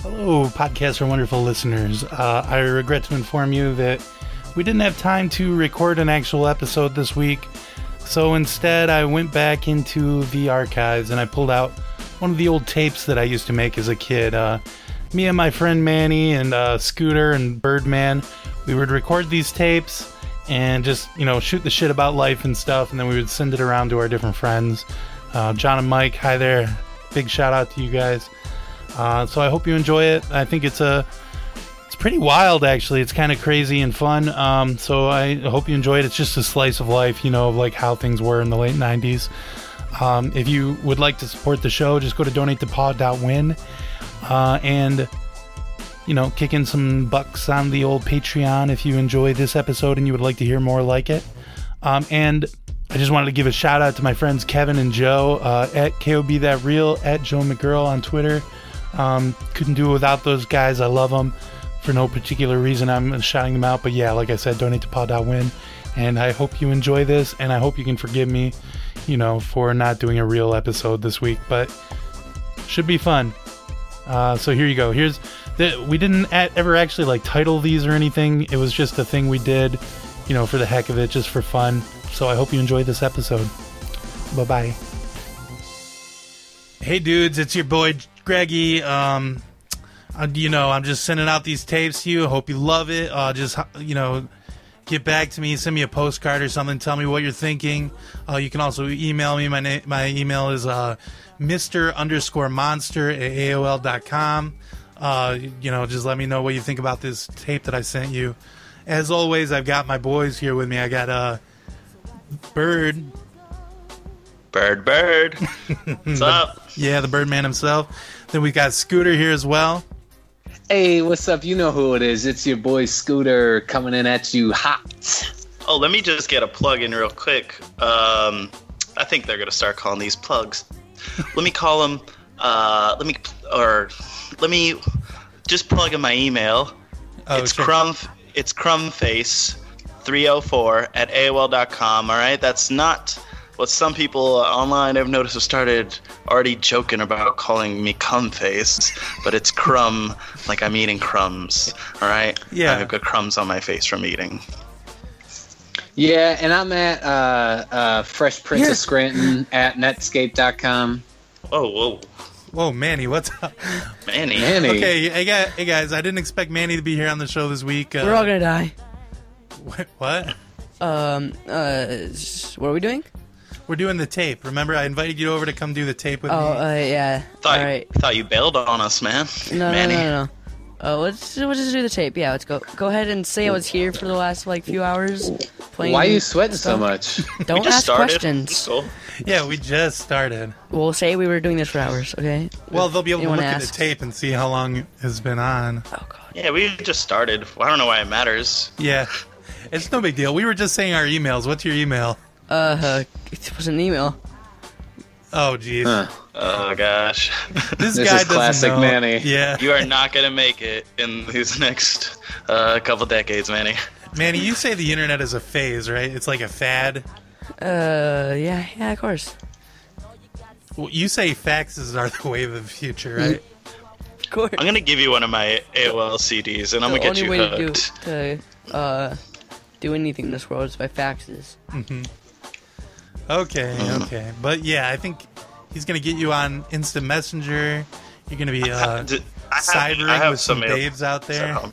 Hello, podcast for wonderful listeners. Uh, I regret to inform you that we didn't have time to record an actual episode this week, so instead I went back into the archives and I pulled out one of the old tapes that I used to make as a kid. Uh, me and my friend Manny and uh, Scooter and Birdman, we would record these tapes and just you know shoot the shit about life and stuff, and then we would send it around to our different friends. Uh, John and Mike, hi there! Big shout out to you guys. Uh, so I hope you enjoy it. I think it's a it's pretty wild actually. It's kind of crazy and fun. Um, so I hope you enjoy it. It's just a slice of life, you know, of like how things were in the late '90s. Um, if you would like to support the show, just go to donatetopaw.win uh, and you know kick in some bucks on the old Patreon if you enjoy this episode and you would like to hear more like it. Um, and I just wanted to give a shout out to my friends Kevin and Joe uh, at KOB That Real at Joe McGurl on Twitter. Um, couldn't do it without those guys. I love them for no particular reason. I'm shouting them out, but yeah, like I said, donate to Paw.win. And I hope you enjoy this, and I hope you can forgive me, you know, for not doing a real episode this week, but should be fun. Uh, so here you go. Here's the, we didn't a- ever actually like title these or anything. It was just a thing we did, you know, for the heck of it, just for fun. So I hope you enjoy this episode. Bye bye. Hey dudes, it's your boy Greggy. Um, uh, you know, I'm just sending out these tapes to you. I hope you love it. Uh, just you know, get back to me. Send me a postcard or something. Tell me what you're thinking. Uh, you can also email me. My na- my email is uh, Mr. underscore Monster at AOL.com. Uh, you know, just let me know what you think about this tape that I sent you. As always, I've got my boys here with me. I got uh, Bird. Bird, bird. What's up? Yeah, the Birdman himself. Then we got Scooter here as well. Hey, what's up? You know who it is. It's your boy Scooter coming in at you hot. Oh, let me just get a plug in real quick. Um, I think they're gonna start calling these plugs. let me call them. Uh, let me or let me just plug in my email. Oh, it's sure. crumb. It's crumbface. 304 at AOL.com. All right, that's not what some people online I've noticed have started already joking about calling me cumface, but it's crumb, like I'm eating crumbs. All right, Yeah. I've got crumbs on my face from eating. Yeah, and I'm at uh, uh, Fresh Prince Yeah. of Scranton at Netscape.com. Whoa, whoa, Whoa, Manny, what's up? Manny. Manny. Okay, hey, guy- hey guys, I didn't expect Manny to be here on the show this week. Uh, We're all gonna die. what? Um, uh, s- what are we doing? We're doing the tape. Remember, I invited you over to come do the tape with Oh, me. uh, yeah. Thought, all right. thought you bailed on us, man. No, no, Manny. no, no. Uh, let's we'll just do the tape. Yeah, let's go. Go ahead and say I was here for the last like few hours playing. Why are you sweating so stuff. much? We Don't just ask started. It's questions. cool. Yeah, we just started. We'll say we were doing this for hours. Okay. Well, they'll be able to Anyone look at asks. the tape and see how long it has been on. Oh god. Yeah, we just started. I don't know why it matters. Yeah, it's no big deal. We were just saying our emails. What's your email? Uh, it was an email. Oh, jeez. Huh. Oh gosh, This, This guy is doesn't classic know. Manny. Yeah, you are not gonna make it in these next uh, couple decades, Manny. Manny, you say the internet is a phase, right? It's like a fad. Uh, yeah, yeah, of course. Well, You say faxes are the wave of the future, right? Of course. I'm gonna give you one of my AOL CDs, and I'm the gonna get only you way hooked. to do to uh do anything in this world is by faxes. Okay, Uh-huh. okay, but yeah, I think he's gonna get you on instant messenger. You're gonna be uh, D- I have- cybering I have with some AOL babes out there. So,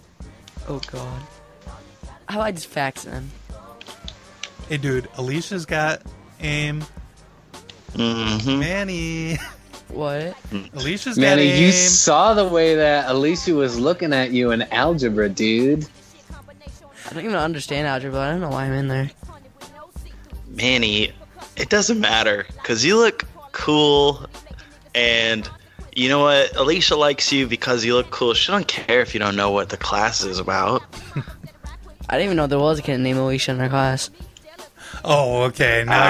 Oh god. How I just fax them? Hey, dude, Alicia's got aim. Mm-hmm. mhm. Manny, What? Alicia's got Manny, aim. you saw the way that Alicia was looking at you in algebra, dude. I don't even understand algebra. I don't know why I'm in there. Manny, it doesn't matter because you look cool, and you know what? Alicia likes you because you look cool. She don't care if you don't know what the class is about. I didn't even know there was a kid named Alicia in our class. Oh, okay. Now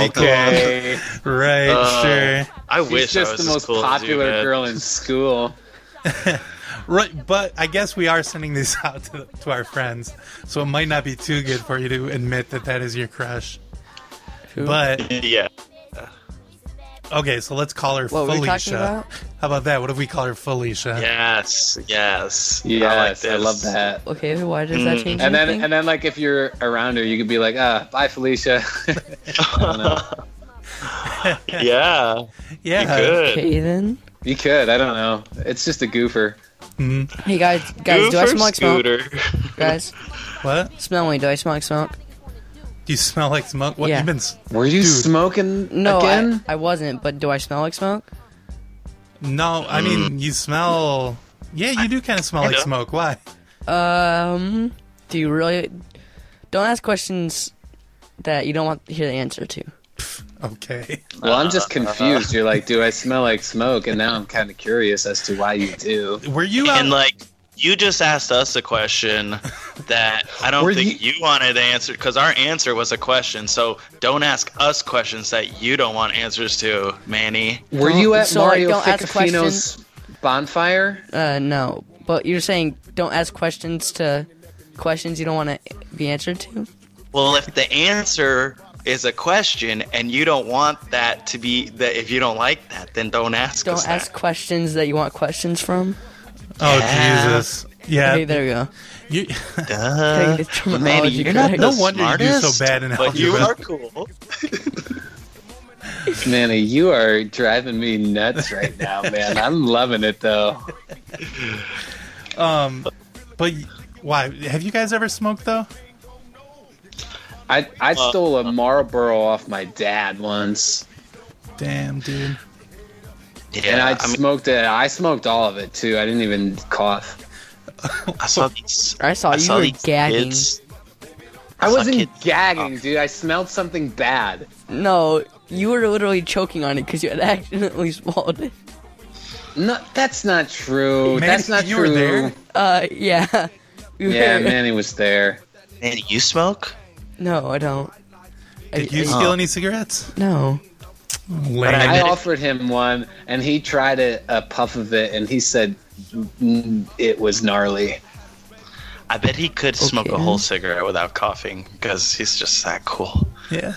you're trying to be okay. cool. Right, Uh, sure. I wish She's I was just the as most cool as you, popular man. girl in school. Right, but I guess we are sending these out to, to our friends, so it might not be too good for you to admit that that is your crush. Who? But Yeah. Okay, so let's call her What were we Felicia. talking about? How about that? What if we call her Felicia? Yes, yes. Yes, I, this. love that. Okay, why does that Mm. change And then, anything? and then, like, if you're around her, you could be like, "Ah, bye, Felicia." I don't know. yeah, Yeah. good. okay, then. You could. I don't know. It's just a goofer. Mhm. Hey guys, guys, do I Goofer smell like smoke? scooter. Guys, What? smell me. Do I smell like smoke? Do you smell like smoke? What Yeah. you've been? s- Were you Dude. smoking No, I, again? I wasn't. But do I smell like smoke? No, I mean you smell. Yeah, you Mm. do kind of smell like Yeah. smoke. Why? Um, do you really? Don't ask questions that you don't want to hear the answer to. Okay. well, I'm just Uh-huh, confused. You're like, "Do I smell like smoke?" And now I'm kind of curious as to why you do. Were you out? And like, you just asked us a question that I don't Were think you wanted answered because our answer was a question. So don't ask us questions that you don't want answers to, Manny. Were Don't- you at so, like, Mario don't ask Ficafino's bonfire? Uh, no. But you're saying don't ask questions to questions you don't want to be answered to. Well, if the answer is a question and you don't want that to be that, if you don't like that, then don't ask Don't us that. ask questions that you want questions from. oh Yeah. Jesus. Yeah. Okay, there we go. You, Duh. Take the Manny, terminology you're not correct. No the wonder you do so smartest, bad in but you algebra. are cool. Manny, you are driving me nuts right now, man. I'm loving it though. um, but y- why? Have you guys ever smoked though? I I stole a Marlboro off my dad once, Damn, dude. Yeah, and I, I mean, smoked it. I smoked all of it too. I didn't even cough. I saw these. I saw I you saw were these gagging. kids. I saw wasn't kids- gagging, dude. I smelled something bad. No, you were literally choking on it because you had accidentally swallowed it. No, that's not true. Manny, that's not you true. were there? Uh, yeah. We Yeah, were- Manny was there. Man, you smoke? No, I don't. Did I- you I- steal any cigarettes? No. Lame. I I did. offered him one, and he tried a, a puff of it, and he said "Mm, it was gnarly. I bet he could smoke a Okay. whole cigarette without coughing because he's just that cool. Yeah.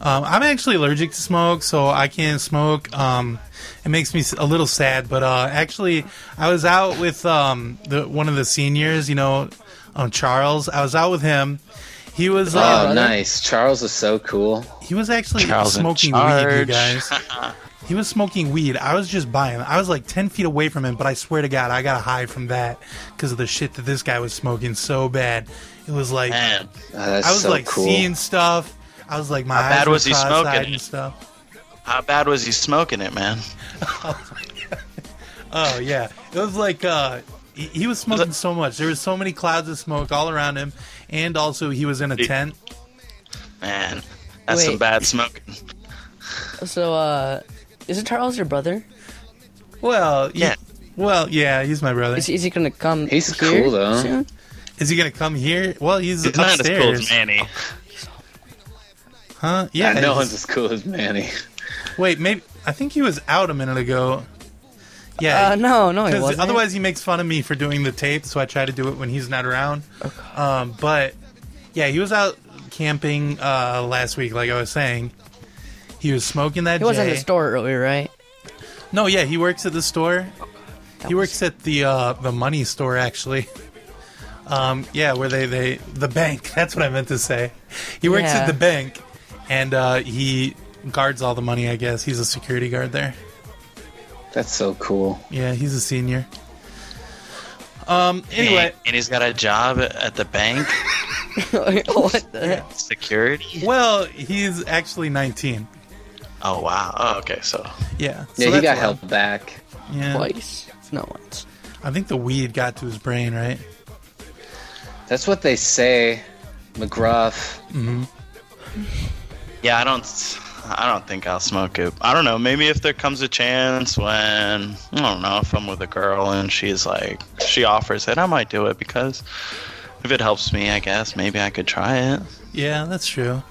Um, I'm actually allergic to smoke, so I can't smoke. Um, it makes me s- a little sad, but uh, actually, I was out with um, the, one of the seniors, you know, um, Charles. I was out with him. He was uh, Oh, brother. nice. Charles is so cool. Oh, he was actually Charles in smoking weed, you charge. guys. he was smoking weed. I was just by him. I was like ten feet away from him, but I swear to God, I got a high from that because of the shit that this guy was smoking so bad. It was like Man, Oh, that's I was so like cool. seeing stuff. I was like my How eyes bad were was he cross-eyed smoking and it? stuff. how bad was he smoking it, man? Oh yeah, it was like uh, he, he was smoking so much. There was so many clouds of smoke all around him, and also he was in a Dude. tent. Man, that's some Wait. bad smoking. So, uh, isn't Charles your brother? Well, he- Yeah. well, yeah, he's my brother. Is Is he, is he gonna come? He's here cool, though. soon? he gonna come here? Well, he's, He's not as upstairs, cool as Manny. huh? Yeah. Yeah, no he's- one's as cool as Manny. Wait, maybe I think he was out a minute ago. Yeah. Uh, no, no, he 'cause wasn't. otherwise he makes fun of me for doing the tape, so I try to do it when he's not around. Um, but yeah, he was out camping uh, last week, like I was saying. He was smoking that. he was in the J. store earlier, right? No, yeah, he works at the store. He works at the uh, the money store actually. Um, yeah, where they, they the bank. That's what I meant to say. He works Yeah. at the bank, and uh, he guards all the money. I guess he's a security guard there. That's so cool. Yeah, he's a senior. Um. Anyway, And, and he's got a job at the bank, what the heck? security. well, he's actually 19. Oh wow. Oh, okay, so Yeah. so Yeah, he that's got why. helped back. Yeah. Twice. No once. I think the weed got to his brain, right? That's what they say. McGruff. yeah, I don't. I don't think I'll smoke it. I don't know. Maybe if there comes a chance when I don't know if I'm with a girl and she's like she offers it, I might do it because if it helps me, I guess maybe I could try it. Yeah, that's true.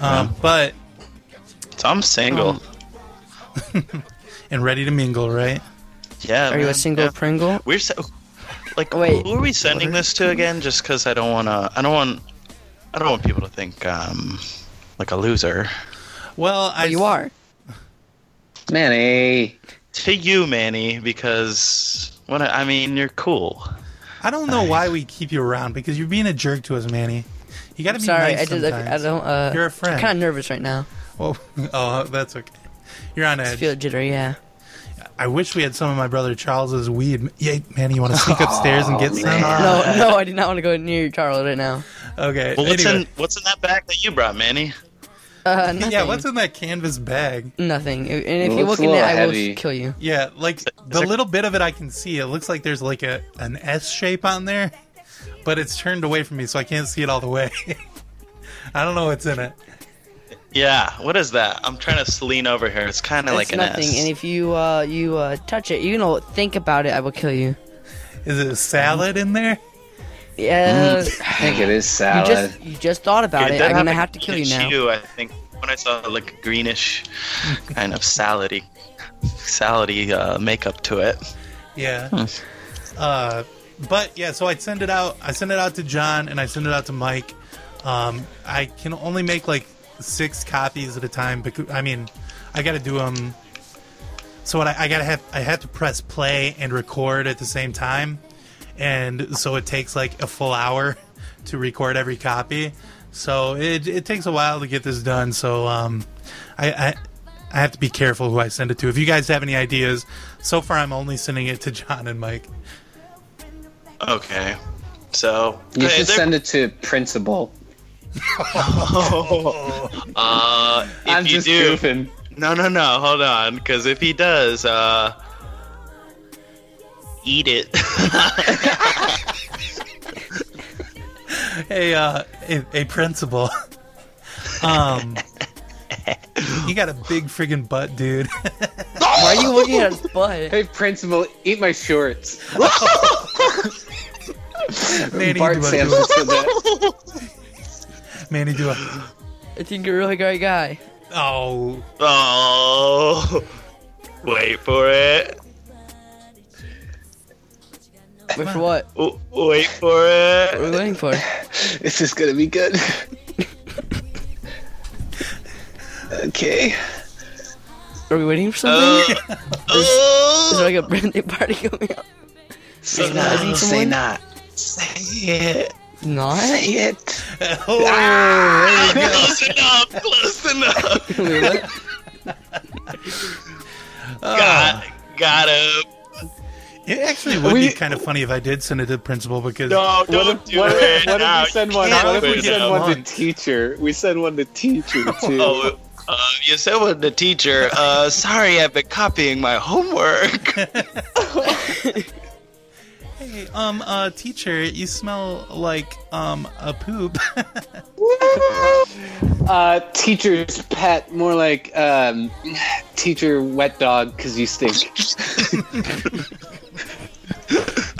Um, but So I'm single. Um, and ready to mingle, right? yeah. Are you a man, single yeah. Pringle? We're so, like, Wait. who are we sending this to again? Just because I don't want to. I don't want. I don't want people to think um, like a loser. Well, I But you are. Manny. to you, Manny, because what I mean, you're cool. I don't know why we keep you around because you're being a jerk to us, Manny. You got to be Sorry, nice I just I, I sometimes. don't. Uh, You're a friend. I'm kind of nervous right now. Well, oh, that's okay. You're on I edge. feel jittery. Yeah. I wish we had some of my brother Charles's weed. Yeah, Manny, you want to sneak upstairs and Oh, get some? No, no, I do not want to go near Charlotte right now. Okay. Well, what's anyway. in what's in that bag that you brought, Manny? Uh, nothing. Yeah, what's in that canvas bag? Nothing. And if It you looks look a in it, little I will heavy. kill you. Yeah, like the there- little bit of it I can see. It looks like there's like a an S shape on there, but it's turned away from me, so I can't see it all the way. I don't know what's in it. Yeah, what is that? I'm trying to lean over here. It's kind of It's like an nothing. S. And if you uh, you uh, touch it, you know, think about it, I will kill you. Is it a salad in there? Yeah. I think it is You salad. just you just thought about it. does I'm gonna a have to kill you greenish now. hue, I think when I saw like a greenish kind of salady, salady uh, makeup to it. Yeah. Uh, but yeah, so I send it out. I send it out to John and I send it out to Mike. Um, I can only make like six copies at a time. Because I mean, I got to do them. So what I, I gotta have, I have to press play and record at the same time, and so it takes like a full hour to record every copy. So it, it takes a while to get this done. So um, I, I I have to be careful who I send it to. If you guys have any ideas, so far I'm only sending it to John and Mike. Okay, so You Okay, should there- send it to principal. uh, if I'm you just do, goofing. no, no, no, hold on, because if he does, uh, eat it. Hey, uh, a, a principal. um, you got a big friggin' butt, dude. Why are you looking at his butt? Hey, principal, eat my shorts. Manny, do Bart a, Sampson said that. Manny, do a. I think you're a really great guy. Oh, oh, wait for it. Wait for what? W- wait for What are it. we waiting for? This is gonna be good. okay. Are we waiting for Uh, Oh. something? Is oh, there like a birthday party going on? Say not- not. Say someone? not. say it. Not? Say it. oh Close enough. Close enough. Wait, what? Ah. Got, got him. it actually would We- be kind of funny if I did send it to principal because No, don't What if, do what, it. if, what now. if we send You one? can't What if do we it send now. one to month. teacher? We send one to teacher too. Oh, uh, you said one to teacher. Uh, sorry, I've been copying my homework. hey, um, uh, teacher, you smell like um a poop. Uh, teacher's pet, more like um, teacher wet dog because you stink.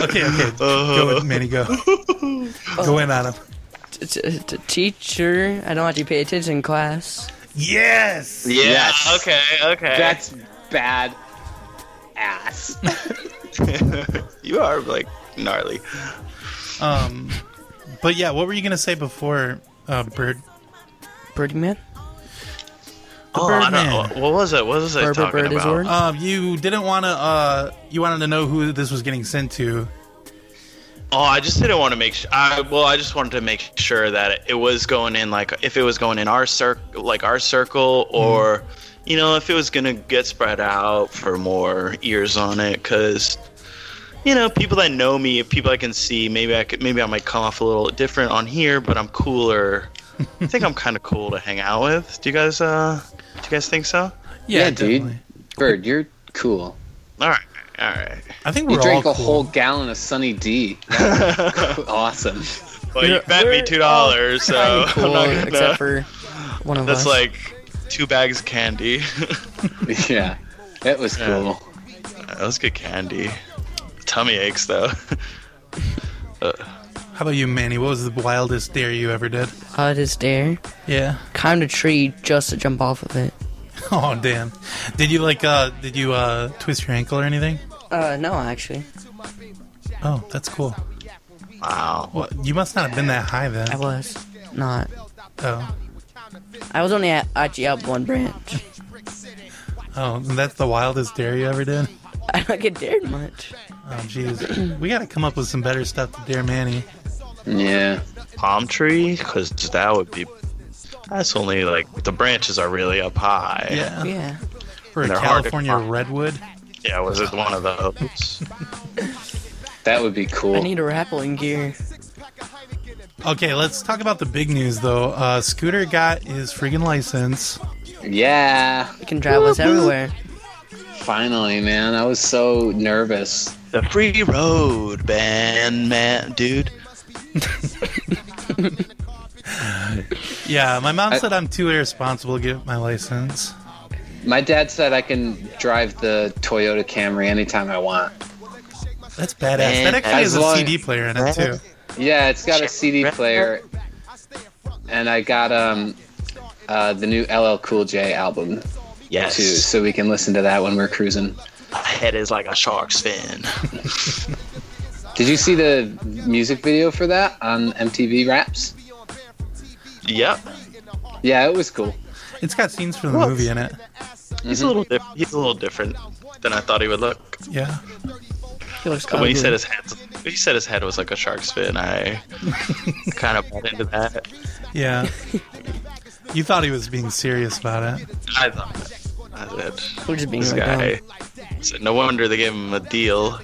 okay, okay, go with Manny, go, go in on him. T- t- t- teacher, I don't have to pay attention in class. Yes. Yeah. Yes. Okay. Okay. That's bad ass. you are like gnarly. Um, but yeah, what were you gonna say before, uh, Bird? Birdie man? oh, I Birdman. don't know. What was it? What was I Bird, bird, talking bird is about? word? Um, you didn't want to. Uh, you wanted to know who this was getting sent to. Oh, I just didn't want to make. Sh- I well, I just wanted to make sure that it, it was going in like if it was going in our circle, like our circle, or you know if it was gonna get spread out for more ears on it, because you know people that know me, people I can see, maybe I could, maybe I might come off a little different on here, but I'm cooler. I think I'm kind of cool to hang out with. Do you guys? Uh, do you guys think so? Yeah, dude. Bird, you're cool. All right, all right. I think we're You drank all a cool. whole gallon of Sunny D. That was awesome. Well, you We're- bet me we're uh, two dollars, so Kinda cool, I'm not gonna. except for one of That's us. like two bags of candy. Yeah, that was Yeah. cool. That was good candy. Tummy aches though. Uh, How about you, Manny? What was the wildest dare you ever did? Uh, this dare. Yeah. Climbed a tree just to jump off of it. Oh damn. Did you like? uh Did you uh twist your ankle or anything? Uh, no, actually. Oh, that's cool. Wow. Well, you must not have been that high I then. was not. Oh. I was only at, actually up one branch. Oh, that's the wildest dare you ever did? I don't get dared much. Oh, jeez. we got to come up with some better stuff to dare Manny. Yeah. Palm tree? Because that would be. That's only like the branches are really up high. Yeah. Yeah. For a They're hard to California find. redwood. Yeah, was it one of those? That would be I cool. need a rappelling gear. Okay, let's talk about the big news, though. Uh, Scooter got his freaking license. yeah. It can drive us everywhere. Finally, man. I was so nervous. the free road band, man, dude. Yeah, my mom I- said I'm too irresponsible to get my license. My dad said I can drive the Toyota Camry anytime I want. That's badass. That actually As has a long- CD player in it, too. Yeah, it's got a CD player. And I got um uh, the new LL Cool J album Yes. too, so we can listen to that when we're cruising. My head is like a shark's fin. Did you see the music video for that on MTV Raps? yep. Yeah, it was cool. It's got scenes from the What? movie in it. He's Mm-hmm. a little diff- he's a little different than I thought he would look. Yeah. He looks When he ugly. Uh-huh. said his head, he said his head was like a shark's fin. I kind of bought into that. Yeah. you thought he was being serious about it. I thought I did. We're just being This right guy. down. oh. So no wonder they gave him a deal.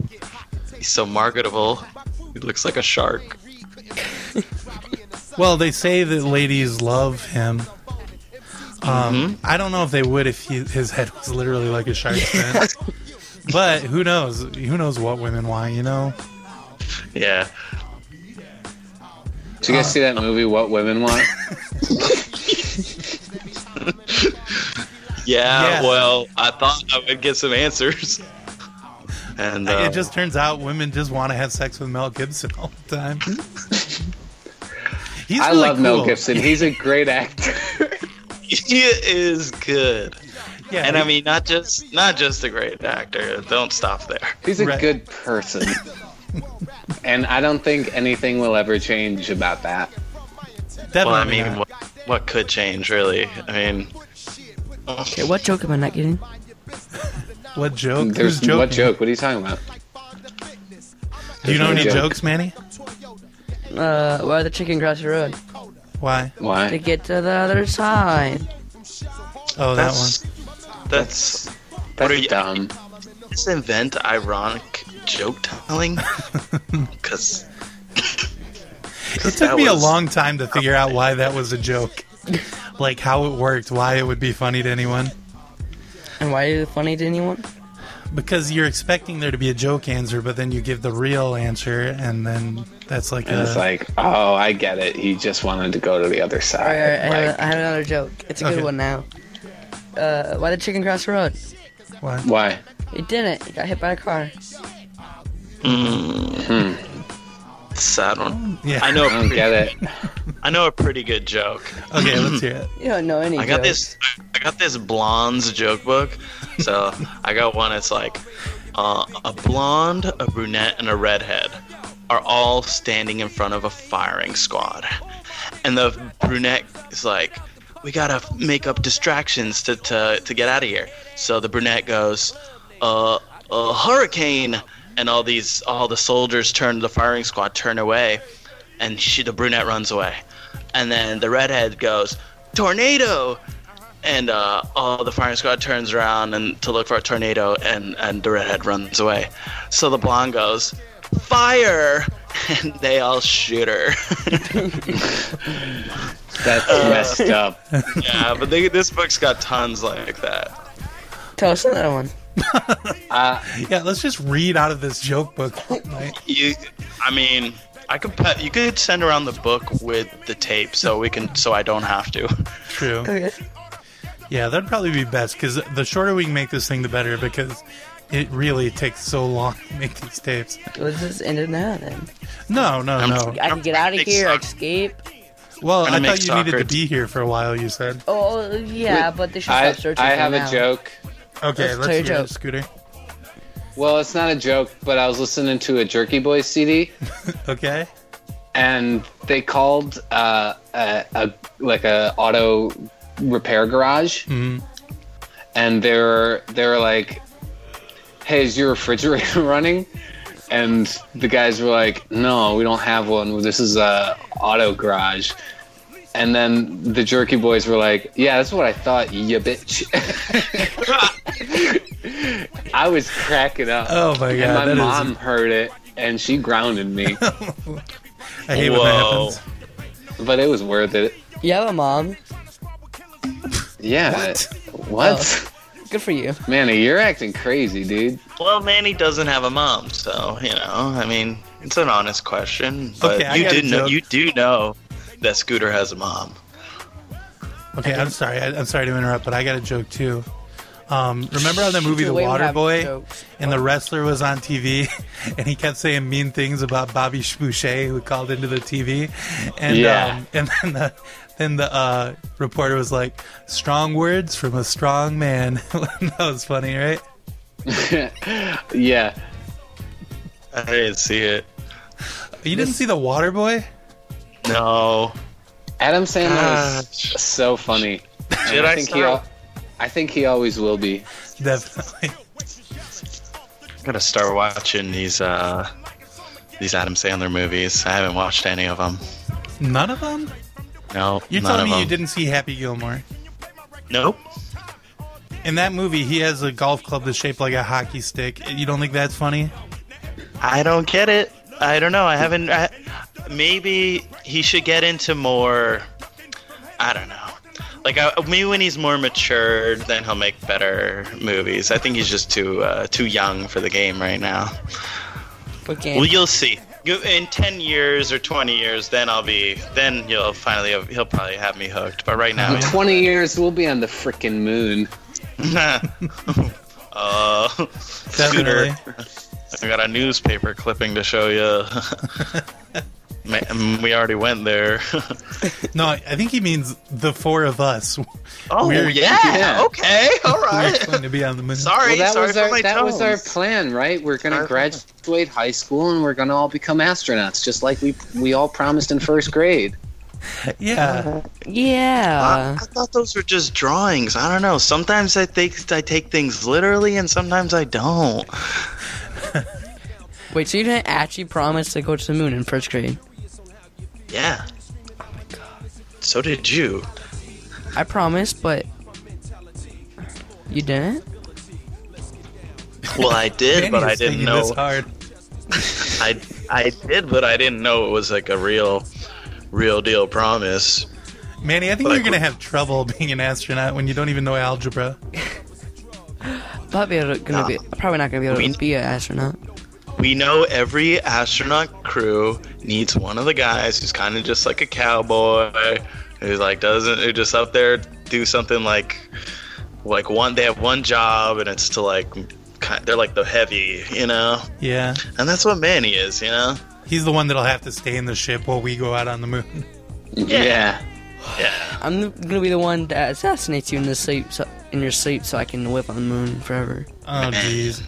He's so marketable. He looks like a shark. Well, they say that ladies love him. Um, Mm-hmm. I don't know if they would if he, his head was literally like a shark's fin. but who knows? Who knows what women want? You know? Yeah. Did you guys see that movie What Women Want? Yeah, Yeah. well, I thought I would get some answers. And uh, it just turns out women just want to have sex with Mel Gibson all the time. He's I really love Mel cool. Gibson. He's a great actor. he is good. Yeah, And I he- mean, not just not just a great actor. Don't stop there. He's a Right. good person. and I don't think anything will ever change about that. definitely. Well, I mean, not. what, what could change, really? I mean, Okay, what joke am I not getting? What joke? There's Who's joking? what joke? What are you talking about? Do you know There's any no joke. jokes, Manny? Uh, why the chicken cross the road? Why? To Why? get to the other side. Oh, that one. that's that's That's are you- dumb. let's invent ironic joke telling because It took me was- a long time to figure out why that was a joke. like how it worked, why it would be funny to anyone. And why is it funny to anyone? Because you're expecting there to be a joke answer, but then you give the real answer, and then that's like And a. it's like, oh, I get it. He just wanted to go to the other side. All right, all right, I, have, Like, I have another joke. It's a Okay. good one now. Uh, why did chicken cross the road? what? why? He didn't. He got hit by a car. it's, I don't. Yeah. I know. I don't get it. I know a pretty good joke. Okay, let's hear it. You don't know any I got jokes. this. I got this blonde's joke book. So I got one. It's like uh, a blonde, a brunette, and a redhead are all standing in front of a firing squad, and the brunette is like, "We gotta make up distractions to to, to get out of here." So the brunette goes, "Uh, a hurricane!" And all these, all the soldiers turn, the firing squad turn away, and she, the brunette runs away. And then the redhead goes, tornado! And uh, all the firing squad turns around and to look for a tornado, and, and the redhead runs away. So the blonde goes, fire! And they all shoot her. That's Uh. messed up. yeah, but they, this book's got tons like that. Tell us another one. Uh, Yeah, let's just read out of this joke book. Like, You, I mean, I could put, you could send around the book with the tape, so we can, so I don't have to. true. Okay. Yeah, that'd probably be best because the shorter we can make this thing, the better. Because it really takes so long to make these tapes. Let's just end it now then. No, no, no. I can get out of Big here, sock. escape. Well, I gonna thought make you needed to soccer. be here for a while. You said. Oh yeah, but they should I, stop searching. I for have now. a joke. Okay, Let's let's tell hear your it, joke. Scooter. Well, it's not a joke, but I was listening to a Jerky Boy CD, Okay. and they called uh, a, a like a auto repair garage, Mhm. and they're they're like, "Hey, is your refrigerator running?" And the guys were like, "No, we don't have one. This is a auto garage." And then the jerky boys were like, "Yeah, that's what I thought, you bitch." I was cracking up. Oh my and god, my that is- mom heard it, and she grounded me. I hate when that happens. but it was worth it. You have a mom. Yeah. What? What? Good for you. Manny, you're acting crazy, dude. Well, Manny doesn't have a mom, so you know. I mean, it's an honest question, but Okay, I you got a did know joke. you do know that Scooter has a mom. Okay, I'm sorry. I, I'm sorry to interrupt, but I got a joke too. Um, remember how that movie The Wait, we Water have Boy jokes. and the wrestler was on TV and he kept saying mean things about Bobby Spouchet who called into the TV and Yeah. um, and then the then the uh, reporter was like strong words from a strong man. that was funny, right? yeah. I didn't see it. You didn't see The Water Boy? No. Adam Sandler Gosh. is so funny. And Did I he start- al- I think he always will be. Definitely. I'm gonna start watching these uh these Adam Sandler movies. I haven't watched any of them. None of them? No, You're none telling of me you them. didn't see Happy Gilmore? Nope. In that movie, he has a golf club that's shaped like a hockey stick. You don't think that's funny? I don't get it. I don't know. I haven't. I, maybe he should get into more. I don't know. Like I, maybe when he's more matured, then he'll make better movies. I think he's just too uh, too young for the game right now. What game? Well, you'll see. You, in ten years or twenty years, then I'll be. Then you'll finally. Have, he'll probably have me hooked. But right now, In 20 years, we'll be on the freaking moon. uh, Definitely. Scooter, I got a newspaper clipping to show you. Man, we already went there. No, I I think he means the four of us. Oh We're- yeah. Okay. All We're going to be on the moon. sorry. Well, that sorry was for our my that was our tones. plan, right? We're gonna Sorry for my- graduate high school and we're gonna all become astronauts, just like we we all promised in first grade. Yeah, yeah. uh, I, Uh, I thought those were just drawings. I don't know. Sometimes I think I take things literally, and sometimes I don't. Wait, so you didn't actually promise to go to the moon in first grade? Yeah. So did you. I promised, but you didn't. Well, I did, Manny but I is didn't thinking know. This hard. I I did, but I didn't know it was like a real, real deal promise. Manny, I think Like- you're going to have trouble being an astronaut when you don't even know algebra. Probably able to- gonna Nah. be probably not gonna be able We- to be an astronaut. We know every astronaut crew needs one of the guys who's kind of just like a cowboy, who's like doesn't who just up there do something like like one they have one job and it's to like ki- they're like the heavy, you know, Yeah, and that's what Manny is, you know. he's the one that'll have to stay in the ship while we go out on the moon. Yeah. Yeah, I'm the- gonna be the one that assassinates you in the sleep, so, in your sleep, so I can whip on the moon forever. Oh, jeez.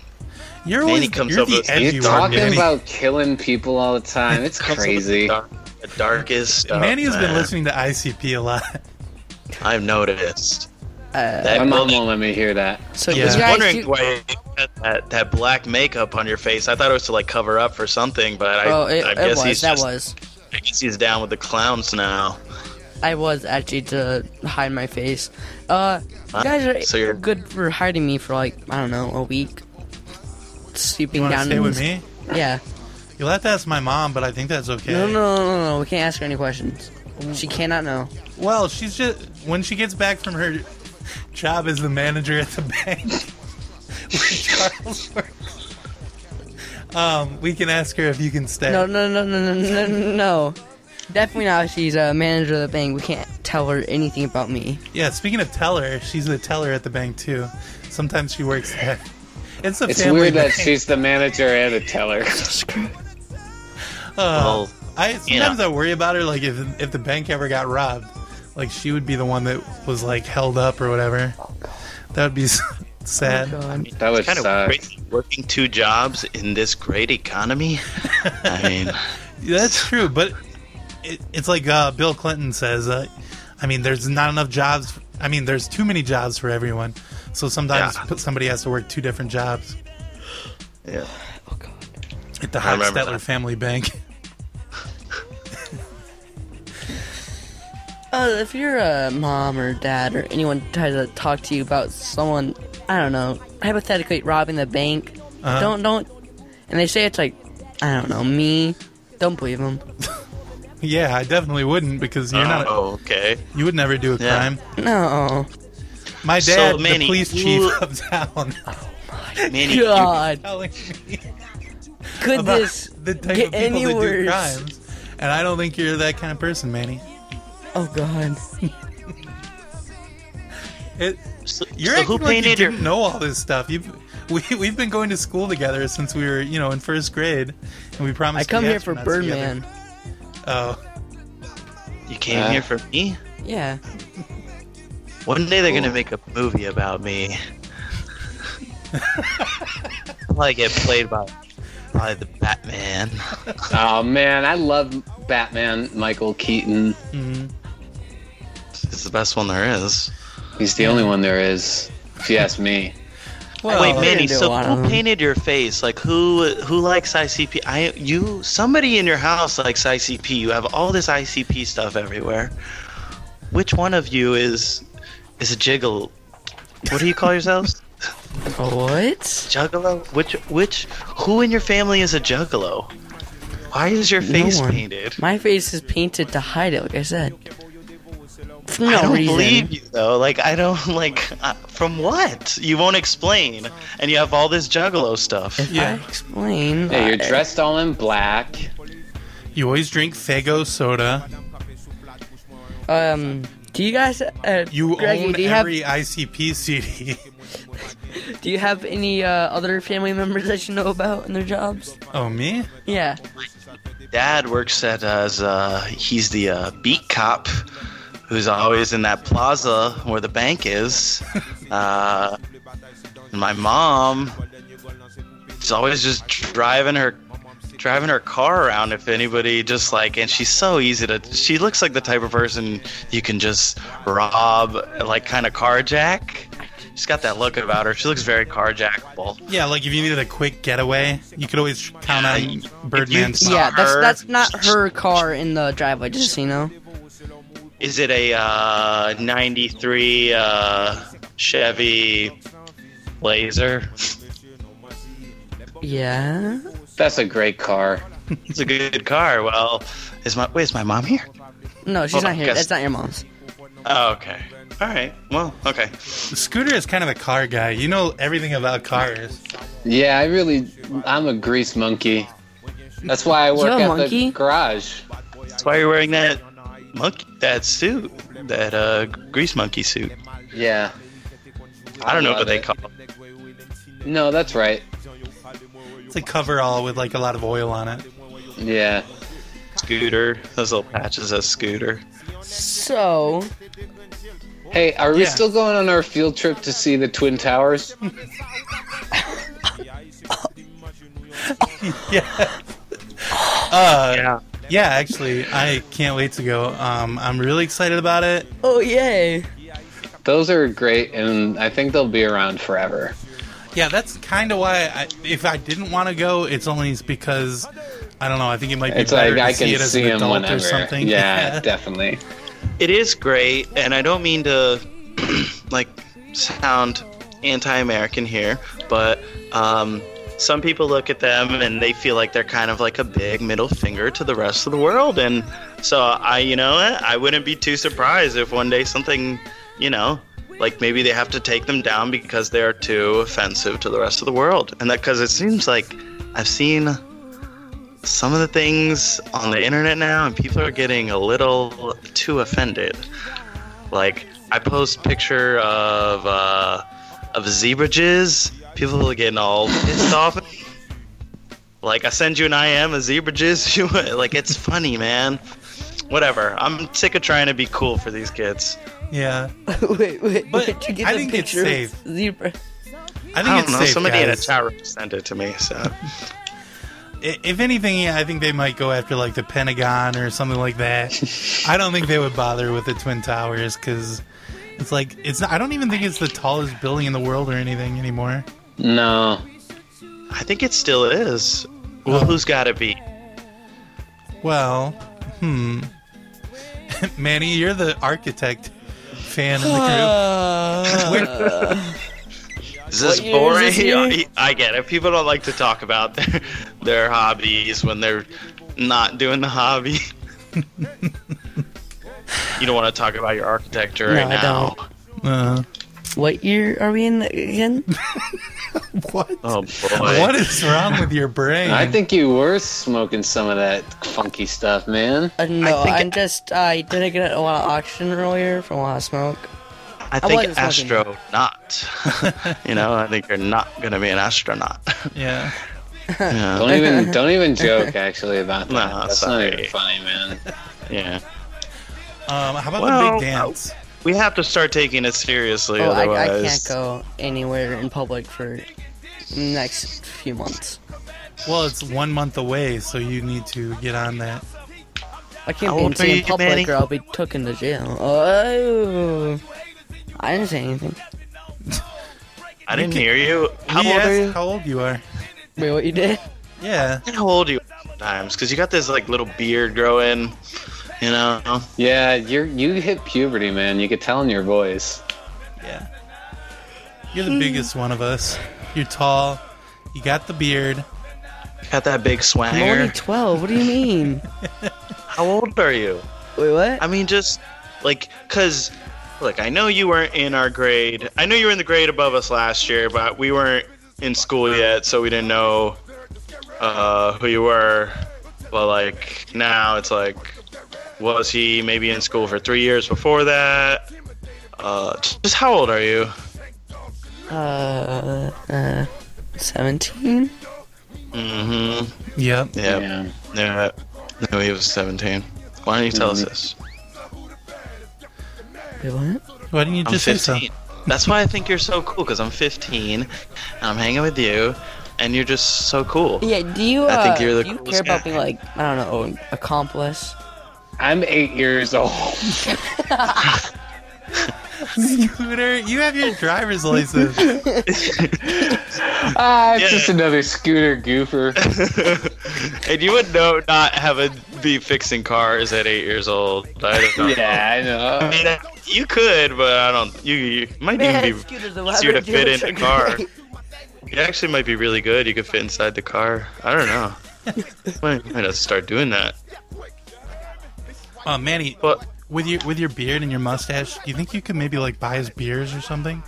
You're Manny always comes you're up the with- edgy You're one, talking Manny. about killing people all the time. It's crazy. The, dark- the darkest. stuff, Manny has been Oh, man. listening to ICP a lot. I've noticed. Uh, That My mom bullshit- won't let me hear that. So Yeah. you I was guys, wondering do- why you had that, that black makeup on your face. I thought it was to like cover up for something, but I, oh, it, I it guess was he's that just, was I guess he's down with the clowns now. I was actually to hide my face. Uh, you Huh? guys are So you're- good for hiding me for like I don't know a week. Sleeping You want to down. stay in- with me? Yeah. You'll have to ask my mom, but I think that's okay. No, no, no, no, no. We can't ask her any questions. She cannot know. Well, she's just when she gets back from her job as the manager at the bank where Charles works. Um, we can ask her if you can stay. No, no, no, no, no, no, no. Definitely not. if She's a manager of the bank. We can't tell her anything about me. Yeah, speaking of teller, she's the teller at the bank too. Sometimes she works there. It's a It's family weird that bank. she's the manager and a teller. Uh, Well, I you sometimes know. I worry about her, like if if the bank ever got robbed, like she would be the one that was like held up or whatever. That would be s- sad. Oh, God. That would kind of suck. crazy working two jobs in this great economy. I mean, That's true, but it, it's like uh, Bill Clinton says. Uh, I mean, there's not enough jobs I mean, there's too many jobs for everyone. So sometimes Yeah. somebody has to work two different jobs Yeah. Oh god. at the I remember Hochstetler that. Family Bank. Uh, if your uh, mom or dad or anyone tries to talk to you about someone, I don't know, hypothetically robbing the bank, Uh-huh. don't don't, and they say it's like, I don't know, me. Don't believe them. yeah, I definitely wouldn't because you're not. oh, okay. You would never do a Yeah. crime. No. My So, dad, the Manny, police chief you- of town, Manny, you- God, telling me could about this the type get of any people that do worse? crimes. And I don't think you're that kind of person, Manny. Oh god. It, so- you're so acting who like you painted your? didn't know all this stuff. You, we we've been going to school together since we were, you know, in first grade, and we I promised. to come be here for astronauts Birdman. together. Oh, You came Uh. here for me. Yeah. One day they're gonna make a movie about me. like it played by by the Batman. Oh man, I love Batman. Michael Keaton. mhm. It's the best one there is. He's the only one there is, if you ask me. Well, Wait, they're Manny. gonna do a So lot of who them. painted your face? Like who who likes ICP? I you somebody in your house likes ICP. You have all this ICP stuff everywhere. Which one of you is is a jiggle? What do you call yourselves? What? juggalo? Which which who in your family is a juggalo? Why is your face one. painted? My face is painted to hide it, like I said. For no I don't reason. believe you though. Like I don't like uh, from what you won't explain, and you have all this juggalo stuff. If Yeah. I explain. Yeah, you're I- dressed all in black. you always drink Fago soda. Um, do you guys? Uh, You Greggy, own do you every ICP CD. have do you have any uh, other family members that you know about in their jobs? oh me? Yeah. Dad works at as uh, he's the uh, beat cop, who's always in that plaza where the bank is. Uh, and my mom is always just driving her driving her car around if anybody just like and she's so easy to she looks like the type of person you can just rob like kind of carjack she's got that look about her she looks very carjackable Yeah, like if you needed a quick getaway, you could always count on Birdman's. Saw yeah, that's her. that's not her car in the driveway. Just so you know. Is it a uh, 93 uh, Chevy Blazer? Yeah. That's a great car. It's a good car. Well, is my wait, is my mom here? No, she's Hold not on, here. guess- That's not your mom's. Oh, okay. All right. Well, okay. Scooter is kind of a car guy. You know everything about cars. Yeah, I really, I'm a grease monkey. That's why I work a at monkey? the garage. That's why you're wearing that monkey that suit, that uh, grease monkey suit. Yeah. I don't know what love they it. call it. No, that's right. It's a coverall with like a lot of oil on it. Yeah. Scooter. Those little patches of scooter. So Hey, are we Yeah. still going on our field trip to see the Twin Towers? Yeah. Uh, yeah. Yeah. actually, I can't wait to go. Um, I'm really excited about it. oh yay. Those are great, and I think they'll be around forever. Yeah, that's kind of why. I, if I didn't want to go, it's only because I don't know. I think it might be It's better like I to see can it as see an them adult whenever. or something. Yeah, definitely. It is great, and I don't mean to like sound anti-American here, but um, some people look at them and they feel like they're kind of like a big middle finger to the rest of the world, and so I, you know, what? I wouldn't be too surprised if one day something, you know, like maybe they have to take them down because they are too offensive to the rest of the world, and that because it seems like I've seen some of the things on the internet now and people are getting a little too offended like i post picture of uh of zebra jizz people are getting all pissed off like i send you an i am a zebra jizz you- like it's funny man whatever i'm sick of trying to be cool for these kids yeah. wait, wait. But where'd you get I the think it's picture of safe. Zebra. I think i, it's don't know safe, somebody in a guys. chat room sent it to me so I- If anything, yeah, I think they might go after like the Pentagon or something like that. I don't think they would bother with the Twin Towers because It's like it's. Not, I don't even think it's the tallest building in the world or anything anymore. No. I think it still is. Well, Oh. who's got to be? Well, hmm. Manny, you're the architect fan in the Is this What year boring? is this year? I get it. People don't like to talk about their their hobbies when they're not doing the hobby. you don't want to talk about your architecture No, right I now. group. Uh, what year are we in again? what? Oh boy. What is wrong with your brain? I think you were smoking some of that funky stuff, man. Uh, no, think- I'm just I didn't get a lot of oxygen earlier from a lot of smoke. I think wasn't smoking. astronaut. you know, I think you're not gonna be an astronaut. Yeah. yeah. Don't even don't even joke actually about that. No, That's not sorry. even funny, man. yeah. Um, how about the Well, big dance? We have to start taking it seriously. Oh, I, I otherwise, can't go anywhere in public for next few months. Well, it's one month away, so you need to get on that. I can't How old be in are seen in you, public Manny? or I'll be taken to jail. Oh, I didn't say anything. I didn't hear you. How He old are asked you? How old you are? Wait, what you did? Yeah. How old are you? Times, because you got this like little beard growing. You know. Yeah, you're you hit puberty, man. You could tell in your voice. Yeah. You're the biggest one of us. You're tall. You got the beard. Got that big I'm only swanger. 12. What do you mean? How old are you? Wait, what? I mean, just like, cause, look, I know you weren't in our grade. I know you were in the grade above us last year, but we weren't in school yet, so we didn't know uh, who you were. But like now, it's like, was he maybe in school for three years before that? Uh, just how old are you? Uh, uh, 17? Mm-hmm. Yep. Yeah. Yeah. Yeah. Mm-hmm. No, he was 17. Why don't you tell us this? Wait, what? Why didn't you I'm just say so? 15. That's why I think you're so cool because I'm 15 and I'm hanging with you and you're just so cool. Yeah, do you, uh, I think you're the do you care coolest about guy. being, like, I don't know, accomplice? I'm eight years old. Scooter, you have your driver's license. Ah, it's Yeah. just another scooter goofer. and you would know not having be fixing cars at eight years old. I don't know. yeah, I I know. mean, uh, you could, but I don't. You, you might even be. Scooter's easier to fit in the car. You actually might be really good. You could fit inside the car. I don't know. might, might have to start doing that. Oh, Manny, But with your with your beard and your mustache, do you think you could maybe like buy his beers or something?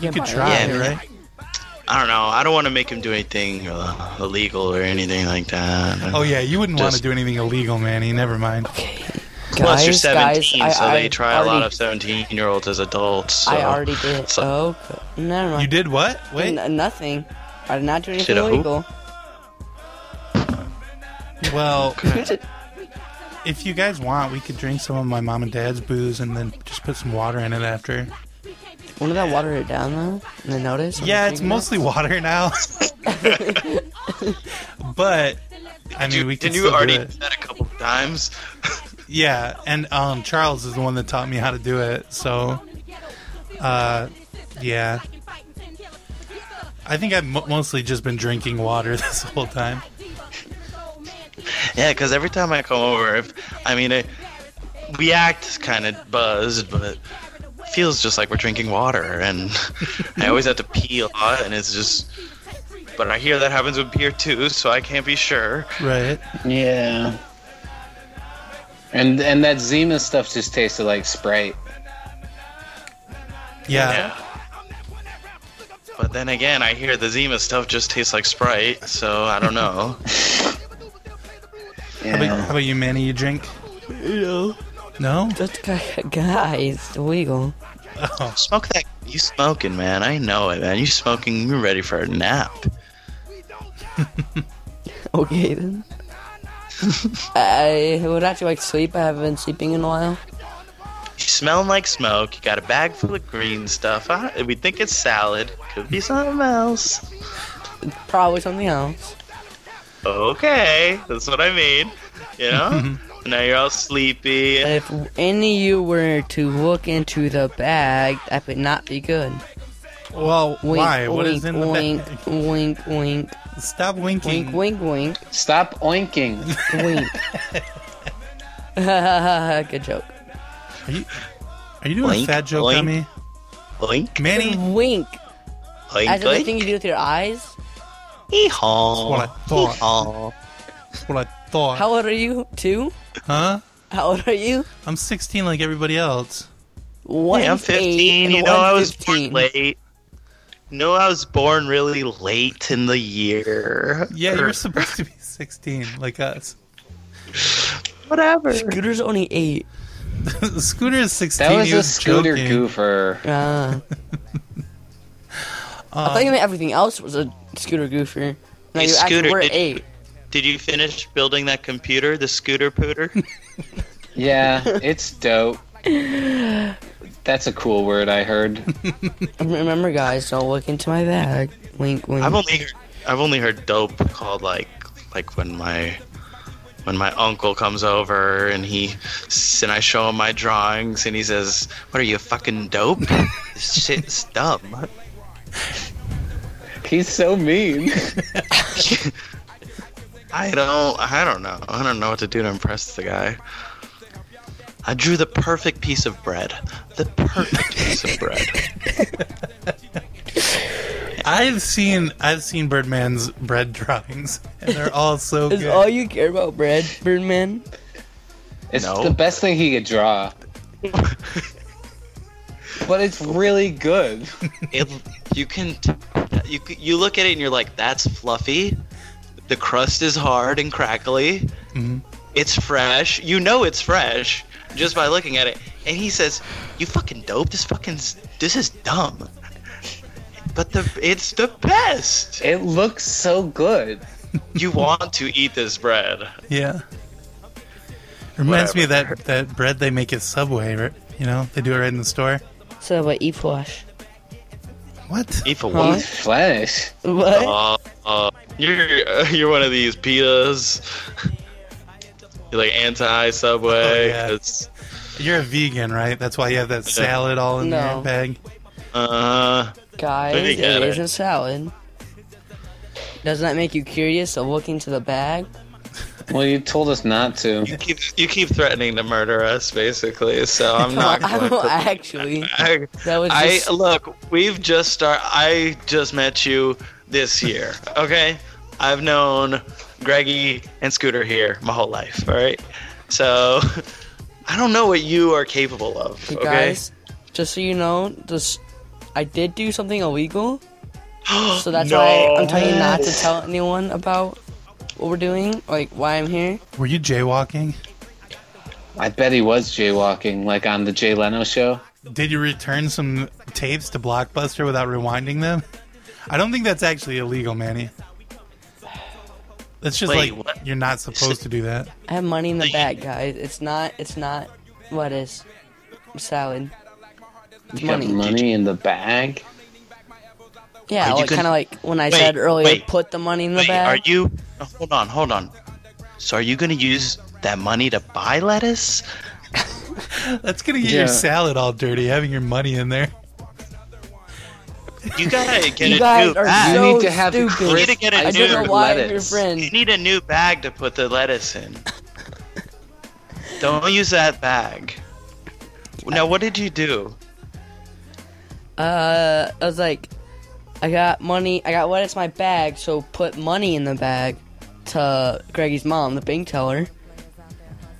You could try, Yeah. right? I don't know. I don't want to make him do anything uh, illegal or anything like that. Oh yeah, you wouldn't want to Just- do anything illegal, Manny. Never mind. Plus, you're Guys, guys, 17, I- so I they try a lot already- of 17 year olds as adults. So. I already did. So- oh, okay. never mind. You did what? Wait, N- nothing. I did not do anything Did a who? illegal. well, if you guys want, we could drink some of my mom and dad's booze and then just put some water in it after. Wouldn't that water it down though? And then notice? when Yeah, I'm it's drinking it? mostly water now. but I mean, Dude, we can didn't you still do already it. do that a couple of times? Yeah, and um, Charles is the one that taught me how to do it. So, uh, yeah, I think I've m- mostly just been drinking water this whole time. Yeah, because every time I come over, if, I mean, I, we act kind of buzzed, but it feels just like we're drinking water, and I always have to pee a lot, and it's just. But I hear that happens with beer too, so I can't be sure. Right? Yeah. And and that Zima stuff just tasted like Sprite. Yeah. But then again, I hear the Zima stuff just tastes like Sprite, so I don't know. How, about, Yeah. how about you, Manny? You drink? No. That's gu- guys, illegal. Oh, Smoke that. You smoking, man. I know it, man. You smoking. You're ready for a nap. Okay then. I would actually like sleep. I haven't been sleeping in a while. You smelling like smoke. You got a bag full of green stuff. I, we think it's salad. Could be something else. Probably something else. Okay. That's what I mean. You know? Now you're all sleepy. If any of you were to look into the bag, that would not be good. Well, Wink, why? Wink, what is in wink, the bag? wink, wink, Stop winking. wink, wink, wink, Stop oinking. wink. Good joke. Are you, are you doing a Wink, fat joke on me? wink. Blink, Manny? Wink. blink, That's the thing blink. you do with your eyes. Hee-haw. That's what I thought. Hee-haw. That's what I thought. How old are you? Two? huh? How old are you? I'm 16 like everybody else. One Hey, I'm 15. You know, I was born late. No, I was born really late in the year. Yeah, Or you're supposed to be 16 like us. whatever. Scooter's only eight. Scooter is 16. That was he a scooter joking. goofer. Uh, I thought you meant everything else was a scooter goofer. No, Hey, you actually Um, Scooter, were did- eight. Did you finish building that computer, the scooter pooter? Yeah, it's dope. That's a cool word I heard. Remember, guys, don't look into my bag. Wink, wink. I've only heard, I've only heard dope called like like when my when my uncle comes over and he s- and I show him my drawings and he says, "What are you fucking dope? this shit's dumb." He's so mean. I don't I don't know. I don't know what to do to impress the guy. I drew the perfect piece of bread. The perfect piece of bread. I've seen I've seen Birdman's bread drawings, and they're all so Is good. all you care about bread, Birdman? It's No. the best thing he could draw. but it's really good. it, you can t- you c- you look at it and you're like that's fluffy the crust is hard and crackly Mm-hmm. it's fresh you know it's fresh just by looking at it and he says you fucking dope this fucking s- this is dumb but the it's the best It looks so good. you want to eat this bread yeah. Reminds me of Whatever. that that bread they make at Subway. Right? You know, they do it right in the store. So about E flush. What? eat for Huh? what Flesh. What? uh, uh, you're uh, you're one of these pitas you're like anti subway Oh, yeah. it's You're a vegan, right? That's why you have that salad all in No. your bag. uh Guys, Let me it get it. is a salad. Doesn't that make you curious to look into the bag? Well, you told us not to. You keep you keep threatening to murder us, basically. So I'm not I going don't to. actually. I, That was I just- look. We've just start. I just met you this year. Okay, I've known Greggy and Scooter here my whole life. All right, so I don't know what you are capable of. You Okay, guys, just so you know, this I did do something illegal. so that's why I'm telling you not to tell anyone about what we're doing, like why I'm here. Were you jaywalking? I bet he was jaywalking, like on the Jay Leno show. Did you return some tapes to Blockbuster without rewinding them? I don't think that's actually illegal, Manny. That's just Wait, like what? you're not supposed to do that. I have money in the Like- bag, guys. It's not it's not what is salad. It's You got money. money in the bag. But Yeah, you like, can- kind of like when I Wait, said earlier, wait. put the money in the Wait, bag. are you? oh, Hold on, hold on. So are you going to use that money to buy lettuce? That's gonna get Yeah. your salad all dirty, having your money in there. You gotta get You a guys new are bag. so you need to have stupid. You need to crisp get a I ice don't new- know cream why I'm your lettuce. You friend. need a new bag to put the lettuce in. Don't use that bag. Now, what did you do? Uh, I was like, I got money. I got what? It's my bag. So put money in the bag to Greggy's mom, the bank teller.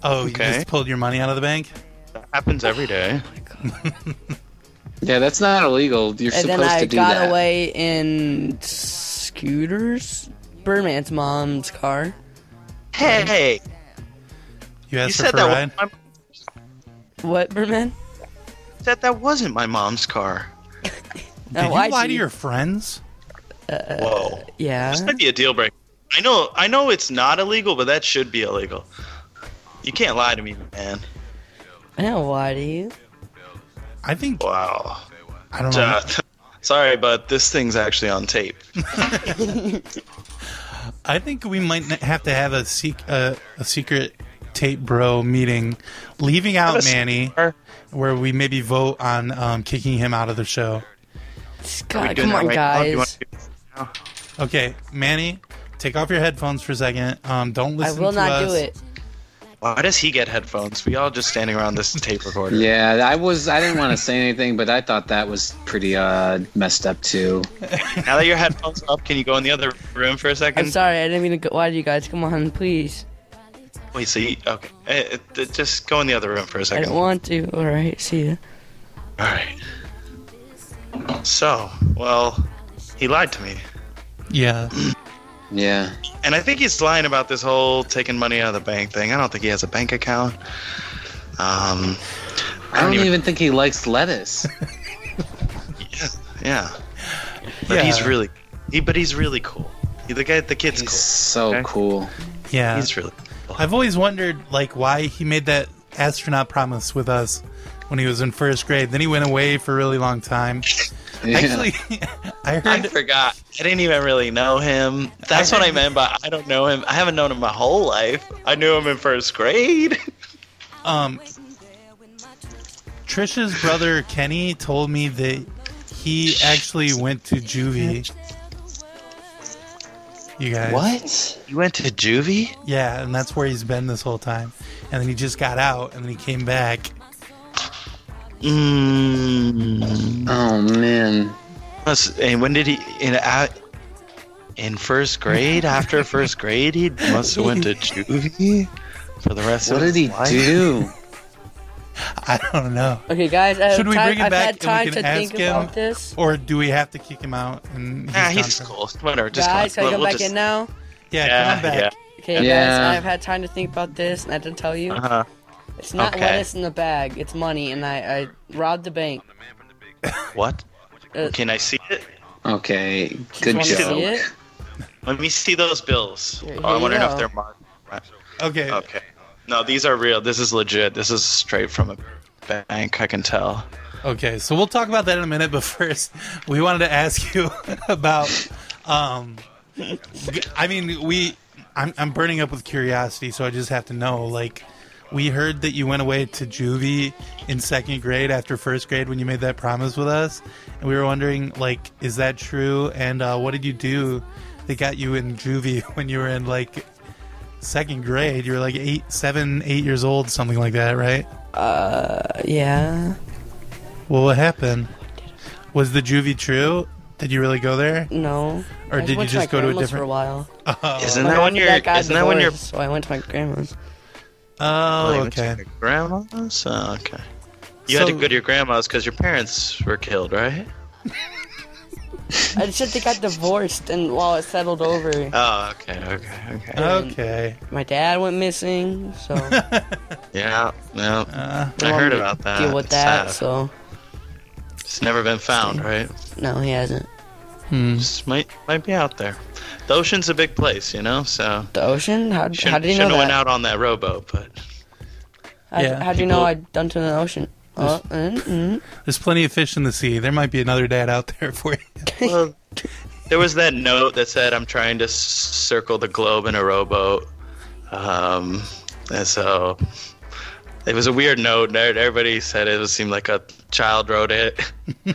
Oh, Okay. you just pulled your money out of the bank? That happens every day. Yeah, that's not illegal. You're And supposed then I to do got that. away in scooters, Birdman's mom's car. Hey, You you asked her said for a that, ride? wasn't my, What Birdman? said that wasn't my mom's car. Did No, you I lie to do. your friends? Whoa, Yeah. this might be a deal breaker. I know, I know, it's not illegal, but that should be illegal. You can't lie to me, man. I know why do you? I think Wow. I don't know. Uh, sorry, but this thing's actually on tape. I think we might n- have to have a sec- uh, a secret Tape Bro meeting, leaving out Yes. Manny, where we maybe vote on um, kicking him out of the show. Are we God, doing Uh, that come on, right now? Do you guys. wanna do this now? Okay, Manny, take off your headphones for a second. Um, don't I listen. will to not us. do it. Why does he get headphones? We all just standing around this tape recorder. Yeah, I was. I didn't want to say anything, but I thought that was pretty uh, messed up too. Now that your headphones are up, can you go in the other room for a I'm second? sorry, I didn't mean to go. Why do you guys? Come on, please. Wait, so you, okay, Eh, eh, just go in the other room for a I second. don't want to. All right, see ya. All right. So, well, he lied to me, Yeah, Yeah, and I think he's lying about this whole taking money out of the bank thing. I don't think he has a bank account. Um, I don't even think he likes lettuce. yeah, but Yeah. he's really, he, but he's really cool. He, the guy, the kid's He's cool. so Okay. cool. yeah. He's really. Cool. I've always wondered like why he made that astronaut promise with us when he was in first grade. Then he went away for a really long time. Yeah. Actually, I I heard forgot. I didn't even really know him. That's what I meant by I don't know him. I haven't known him my whole life. I knew him in first grade. um, Trisha's brother Kenny told me that he actually went to juvie. You guys, what? You went to juvie? Yeah, and that's where he's been this whole time. And then he just got out, and then he came back. Mm. Oh man. Must- And when did he in uh, in first grade? After first grade, he must have went to juvie for the rest What of his did he life. do? I don't know. Okay, guys, I have Should we time, bring him I've back had and we time can to ask think him? about this. Or do we have to kick him out? And Nah, done he's for- cool. Whatever. Just guys, come on. can I We'll- come we'll back just- in now? Yeah, come Yeah, back. yeah. Okay, Yeah. guys, I've had time to think about this, and I didn't tell you. Uh-huh. It's not okay. lettuce in the bag, it's money, and I, I robbed the bank. What? Uh, Can I see it? Okay, good wanna see joke. see it? Let me see those bills. Oh, Here- here I you want to know go. if they're marked. Right. Okay. Okay. No, these are real. This is legit. This is straight from a bank. I can tell. Okay, so we'll talk about that in a minute, but first, we wanted to ask you about. Um, g- I mean, we. I'm, I'm burning up with curiosity, so I just have to know. Like, we heard that you went away to juvie in second grade after first grade when you made that promise with us, and we were wondering, like, is that true? And uh, what did you do that got you in juvie when you were in like second grade? You were like eight, seven, eight years old, something like that, right? Uh, yeah. Well, what happened? Was the juvie true? Did you really go there? Oh. No. Or I did you went just my go to a grandma's for a different- while. Isn't My that when grandma you're? got Isn't that when you're? divorced, So I went to my grandma's. Oh, Like, okay. your Grandma's. Oh, okay. You had to So- go to your grandma's because your parents were killed, right? I just said they got divorced, and while it settled over, Oh, okay, okay, okay. Oh. Okay. my dad went missing. So yeah, yeah. Uh, I heard about that. deal with It's that. sad. So It's never been found, right? no, he hasn't. hmm. Just might might be out there. The ocean's a big place, you know. So The ocean? How, shouldn't, how did you know shouldn't have that? went out on that rowboat, but How, Yeah, how do you know people- I dumped in the ocean? Oh, mm, mm. There's plenty of fish in the sea. There might be another dad out there for you. well, there was that note that said, "I'm trying to s- circle the globe in a rowboat," um, and so it was a weird note. and Everybody said it was seemed like a child wrote it. Yeah,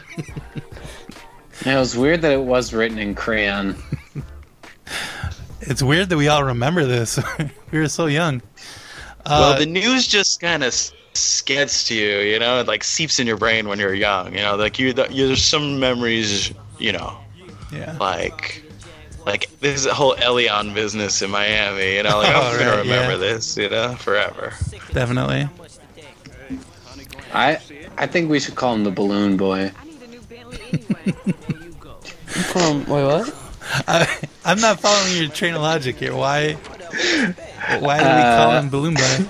it was weird that it was written in crayon. It's weird that we all remember this. we were so young. well, Uh, the news just kind of gets to you, you know, it like seeps in your brain when you're young, you know, like you, the, you there's some memories, you know, yeah. like. Like this is a whole Elion business in Miami, you know. Like I'm Oh, gonna right, yeah. remember this, you know, forever. Definitely. I I think we should call him the balloon boy. I need a new Bentley anyway. there you go. Come on, wait, what? I, I'm not following your train of logic here. Why? Why do we call him Balloon Uh, Boy?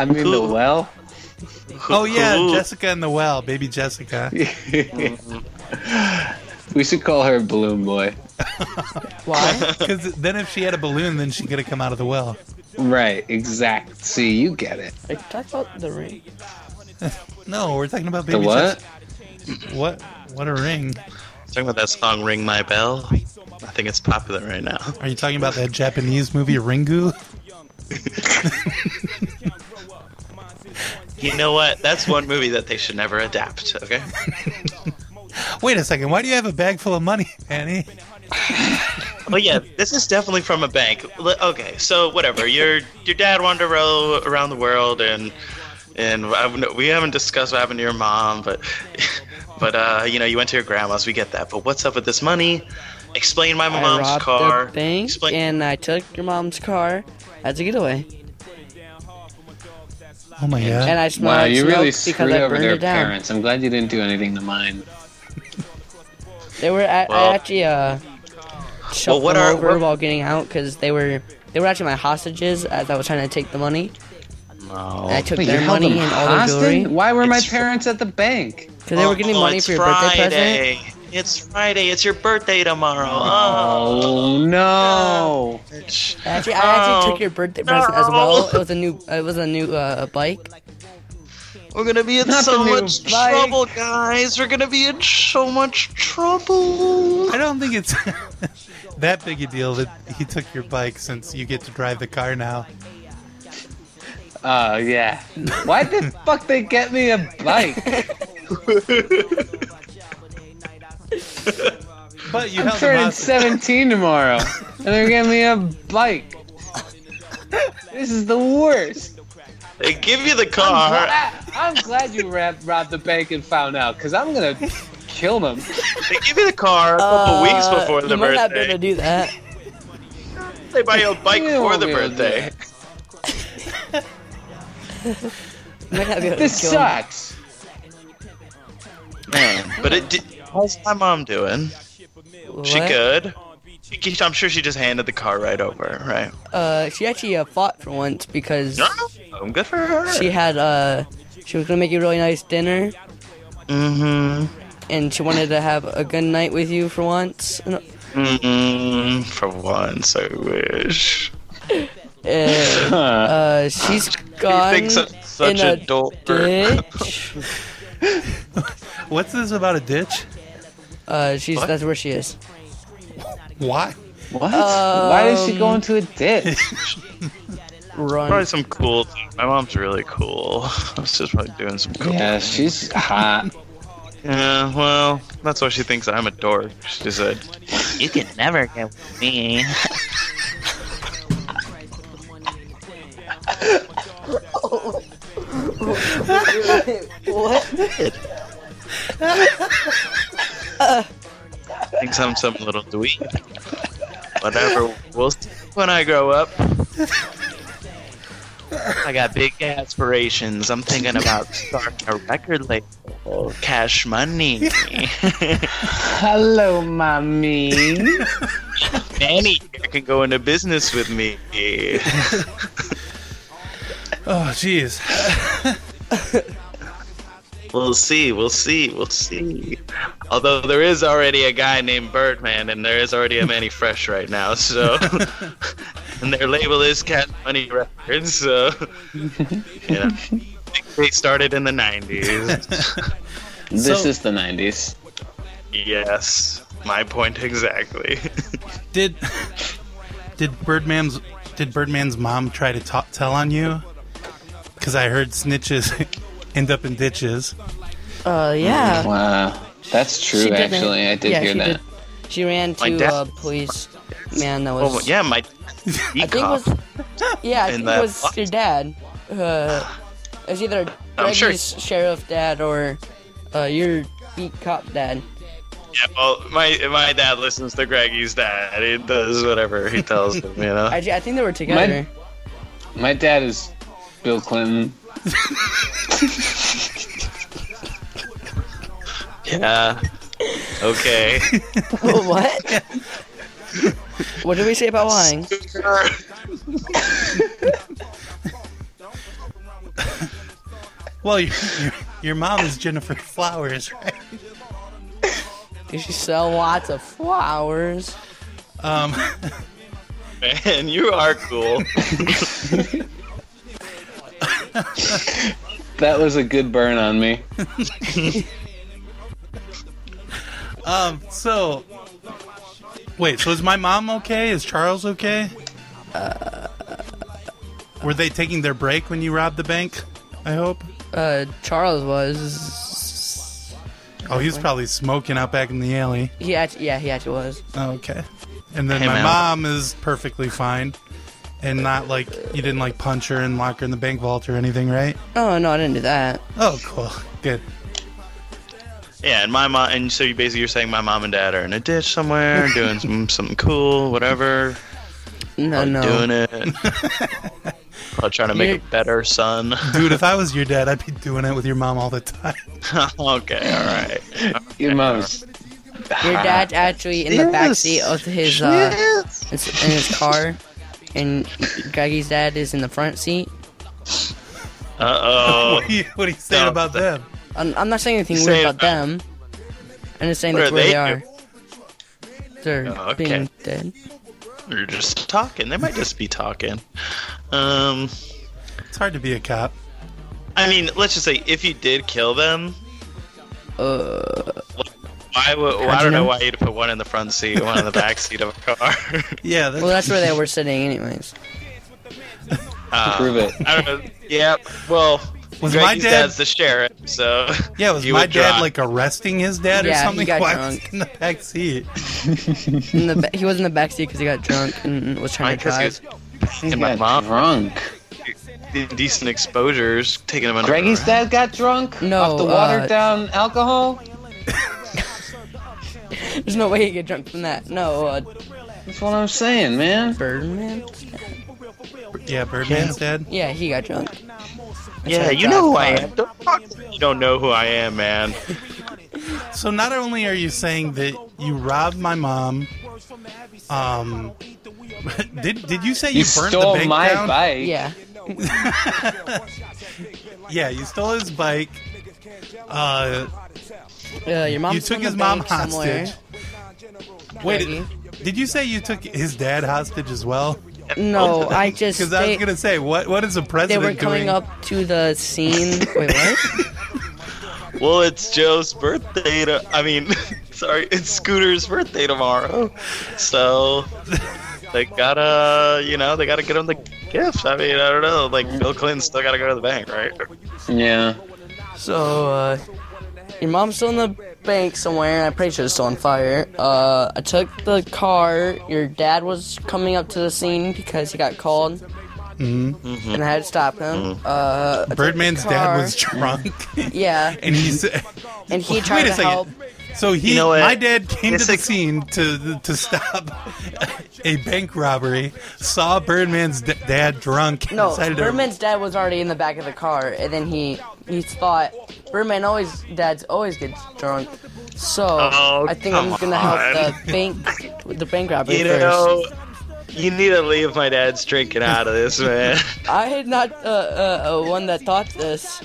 I mean the Cool. well. Oh yeah, Who- Jessica in the well, baby Jessica. we should call her balloon boy. Why? Because then if she had a balloon, then she could have come out of the well. Right, exact. See, you get it. Like, talk about the ring. No, we're talking about The baby what? Jessica. What? What a ring. Talking about that song "Ring My Bell," I think it's popular right now. Are you talking about that Japanese movie Ringu? You know what? That's one movie that they should never adapt. Okay. Wait a second. Why do you have a bag full of money, Manny? Well, Oh, yeah, this is definitely from a bank. L- Okay, so whatever. Your your dad wanted to row around the world, and and I, don't know- we haven't discussed what happened to your mom, but but uh, you know, you went to your grandma's. We get that. But what's up with this money? Explain my I mom's robbed car. the bank Explain. and I took your mom's car as a getaway. Oh my And god. I smelled wow, like you smoke really because screwed I over burned their it down. parents. I'm glad you didn't do anything to mine. They were at, Well- I actually uh, shoved Well, what them are- over what- while getting out because they were they were actually my hostages as I was trying to take the money. And I No. took Wait, you their held money them and all their hostage? jewelry Why were my It's fr- parents at the bank? because they were getting Oh, money it's for your birthday present. Friday. It's Friday. It's your birthday tomorrow. Oh, Oh no! bitch. Actually, I actually Oh. took your birthday present as well. It was a new it was a new uh, bike. We're gonna be in Not the so new much bike. trouble, guys. We're gonna be in so much trouble. I don't think it's that big a deal that he took your bike since you get to drive the car now. Oh yeah. Why the fuck they get me a bike? But you I'm held him turning hostage. 17 tomorrow, and they're getting me a bike. This is the worst. They give you the car. I'm glad you robbed, robbed the bank and found out, because I'm gonna kill them. They give you the car a couple Uh, weeks before the you might not be able birthday. to do that. They buy you a bike You for won't the be able to do birthday. You might not be able to This kill 'em. sucks. But it did. How's my mom doing? She What? good. She, I'm sure she just handed the car right over, right? Uh, she actually uh, fought for once because I'm good for her. she had uh, she was gonna make you a really nice dinner, mm-hmm. and she wanted to have a good night with you for once. And, Mm-hmm. For once, I wish. uh, uh, she's gone thinks I'm such in a, a dork. ditch. What's this about a ditch? Uh, she's What? that's where she is. Why? What? Why did she go Um, into a ditch? Probably Run. some cool. My mom's really cool. She's probably doing some cool. Yeah, she's hot. Yeah, well, that's why she thinks I'm a dork. She said, "You can never get with me." what? Thinks I'm some little dweeb. Whatever. We'll see when I grow up. I got big aspirations. I'm thinking about starting a record label, cash money. Hello, mommy. Nanny can go into business with me. Oh, jeez. We'll see. We'll see. We'll see. Although there is already a guy named Birdman, and there is already a Manny Fresh right now. So, and their label is Cat Money Records. So, you know, they started in the '90s. This So- is the 90s. yes, my point exactly. Did did Birdman's did Birdman's mom try to ta tell on you? Because I heard snitches end up in ditches. Uh, yeah. Wow. That's true, She did actually. that. I did Yeah, hear she that. did. She ran My to dad- uh, police man that was Oh yeah, my I think it was yeah, I In think that it was box. your dad. Uh, it's either I'm Greggy's sure- sheriff dad or uh, your beat cop dad. yeah, well, my my dad listens to Greggy's dad. He does whatever he tells him. You know. I, I think they were together. My dad is Bill Clinton. Yeah. Okay. what? what did we say about lying? Well, your, your, your mom is Jennifer Flowers, right? Did she sell lots of flowers? Um, Man, you are cool. That was a good burn on me. um, so wait, so is my mom okay? Is Charles okay? Uh, Were they taking their break when you robbed the bank? I hope. Uh, Charles was. Oh, he was probably smoking out back in the alley. He act- yeah, he actually was. Oh, okay. And then Hey, my man. mom is perfectly fine, and not like you didn't like punch her and lock her in the bank vault or anything, right? Oh no, I didn't do that. Oh, cool. Good. Yeah, and my mom, and so you basically you're saying my mom and dad are in a ditch somewhere, doing some, something cool, whatever, probably No, Oh, no. doing it, probably trying to make You're- a better son. Dude, if I was your dad, I'd be doing it with your mom all the time. okay, all right. Your mom's Your dad's actually in the backseat of his uh, it's in his car, and Greggy's dad is in the front seat. Uh oh. what, are you, what are you saying No, about the- them? I'm, I'm not saying anything You weird say about about- them. I'm just saying What that's are where they they are. They're Oh, okay. being dead. You're just talking. They might just be talking. Um, It's hard to be a cop. I mean, let's just say if you did kill them, Uh, why would? Well, How'd I you don't know know? why you'd put one in the front seat, one in the back seat of a car. Yeah, that's, well, that's where they were sitting, anyways. Uh, prove it. I don't know. Yeah. Well, Was Greggy's my dad- dad's the sheriff, so yeah. Was you my would dad drive. like arresting his dad Yeah, or he something? got Why drunk. was he in the back seat? In the ba- he was in the backseat because he got drunk and was trying to Because he was drive. He my got mom. drunk. decent exposures, taking him under. Greggy's dad got drunk. No, off the uh, watered down alcohol. There's no way he get drunk from that. No, uh, That's what I'm saying, man. Birdman. Yeah, Birdman's dad. Yeah, he got drunk. Yeah, you know who I am. Don't talk to me. You don't know who I am, man. So not only are you saying that you robbed my mom, um, did did you say you, You, burned stole the bank my down? bike. Yeah, Yeah, you stole his bike. Uh, uh, your mom. you took his mom hostage. Wait, Wait. did you say you took his dad hostage as well? No, Oh, I just Because I was they, gonna say, what what is the they president were coming doing? up to the scene. Wait, what? Well, it's Joe's birthday. To, I mean, sorry, it's Scooter's birthday tomorrow, so they gotta, you know, they gotta get him the gift. I mean, I don't know. Like Bill Clinton still gotta go to the bank, right? Yeah. So, uh, your mom's still in the bank somewhere, and I'm pretty sure it's still on fire. Uh, I took the car. Your dad was coming up to the scene because he got called, and I had to stop him. Uh, I took the Birdman's dad car. was drunk, yeah, and he's and he tried Wait a to second. help. so he You know what? my dad came to This the ex- scene to to stop a bank robbery, saw Birdman's d- dad drunk, and No, decided to- Birdman's dad was already in the back of the car, and then he he thought Birdman always dads always gets drunk. So Oh, I think I'm come gonna help on. the bank the bank robber You first. know, you need to leave my dad's drinking out of this, man. I had not uh, uh, uh, one that thought this.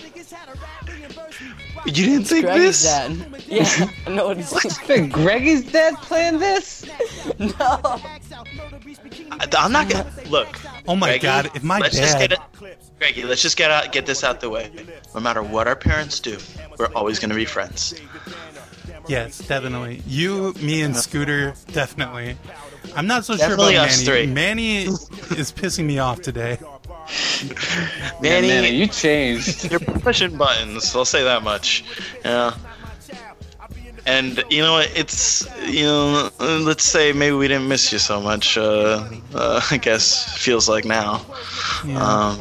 you didn't think this? Greggy's dad. Yeah, no one's. Think Greggy's dad planned this? no. I, I'm not gonna look. Oh my Greggy, god! If my let's just dad, get it, Greggy, let's just get out, get this out the way. No matter what our parents do, we're always gonna be friends. yes, definitely. You, me, and Scooter, definitely. I'm not so Uh-huh. Definitely sure about us Manny. three. Manny is pissing me off today. Manny, Man, you changed. you're pushing buttons. I'll say that much. Yeah. And you know what? It's you know. uh, Let's say maybe we didn't miss you so much. Uh, uh, I guess feels like now. Yeah. Um,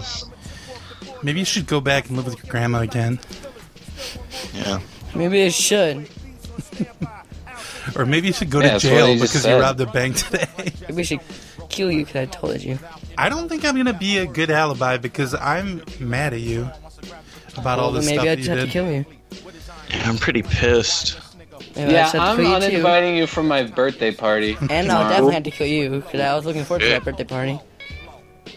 Maybe you should go back and live with your grandma again, yeah. Maybe it should. or maybe you should go Yeah, to that's what jail he just because you said. robbed a bank today. Maybe we should kill you because I told you. I don't think I'm gonna be a good alibi because I'm mad at you about all Well, this maybe stuff I that just you have did. to kill you. I'm pretty pissed. Maybe I Yeah, just have to I'm kill you too. uninviting you for my birthday party. And I'll tomorrow. definitely have to kill you because I was looking forward to Yeah. that birthday party.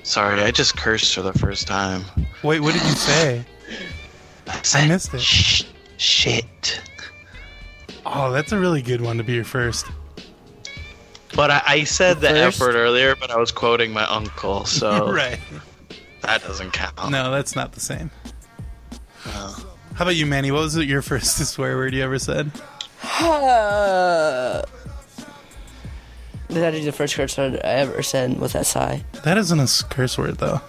Sorry, I just cursed for the first time. Wait, what did you say? I missed it. Sh- shit. Oh, that's a really good one to be your first. But I, I said the F First? word earlier, but I was quoting my uncle, so Right? that doesn't count. No, that's not the same. How about you, Manny? What was your first swear word you ever said? Uh, that is the first curse word I ever said was that sigh. That isn't a s- curse word, though.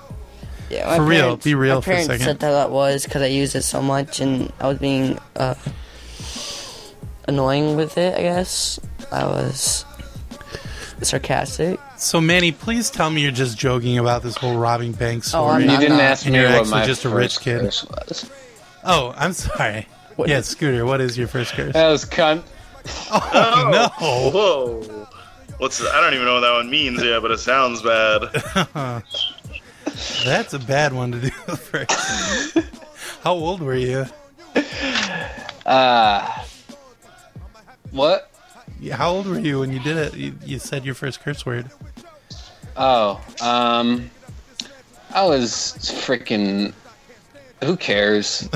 Yeah, my For real, parents- be real My for a parents second. said that that was because I used it so much and I was being uh, annoying with it. I guess I was sarcastic. So Manny, please tell me you're just joking about this whole robbing banks Oh, story. I'm You not- didn't not- ask And me you're what actually my just a rich first kid. curse was. Oh, I'm sorry. What- Uh, yeah, Scooter, what is your first curse? That was cunt. oh, no. Whoa. What's I don't even know what that one means. Yeah, but it sounds bad. That's a bad one to do first. How old were you? Uh, what? How old were you when you did it? You, you said your first curse word. Oh, um, I was freaking. Who cares?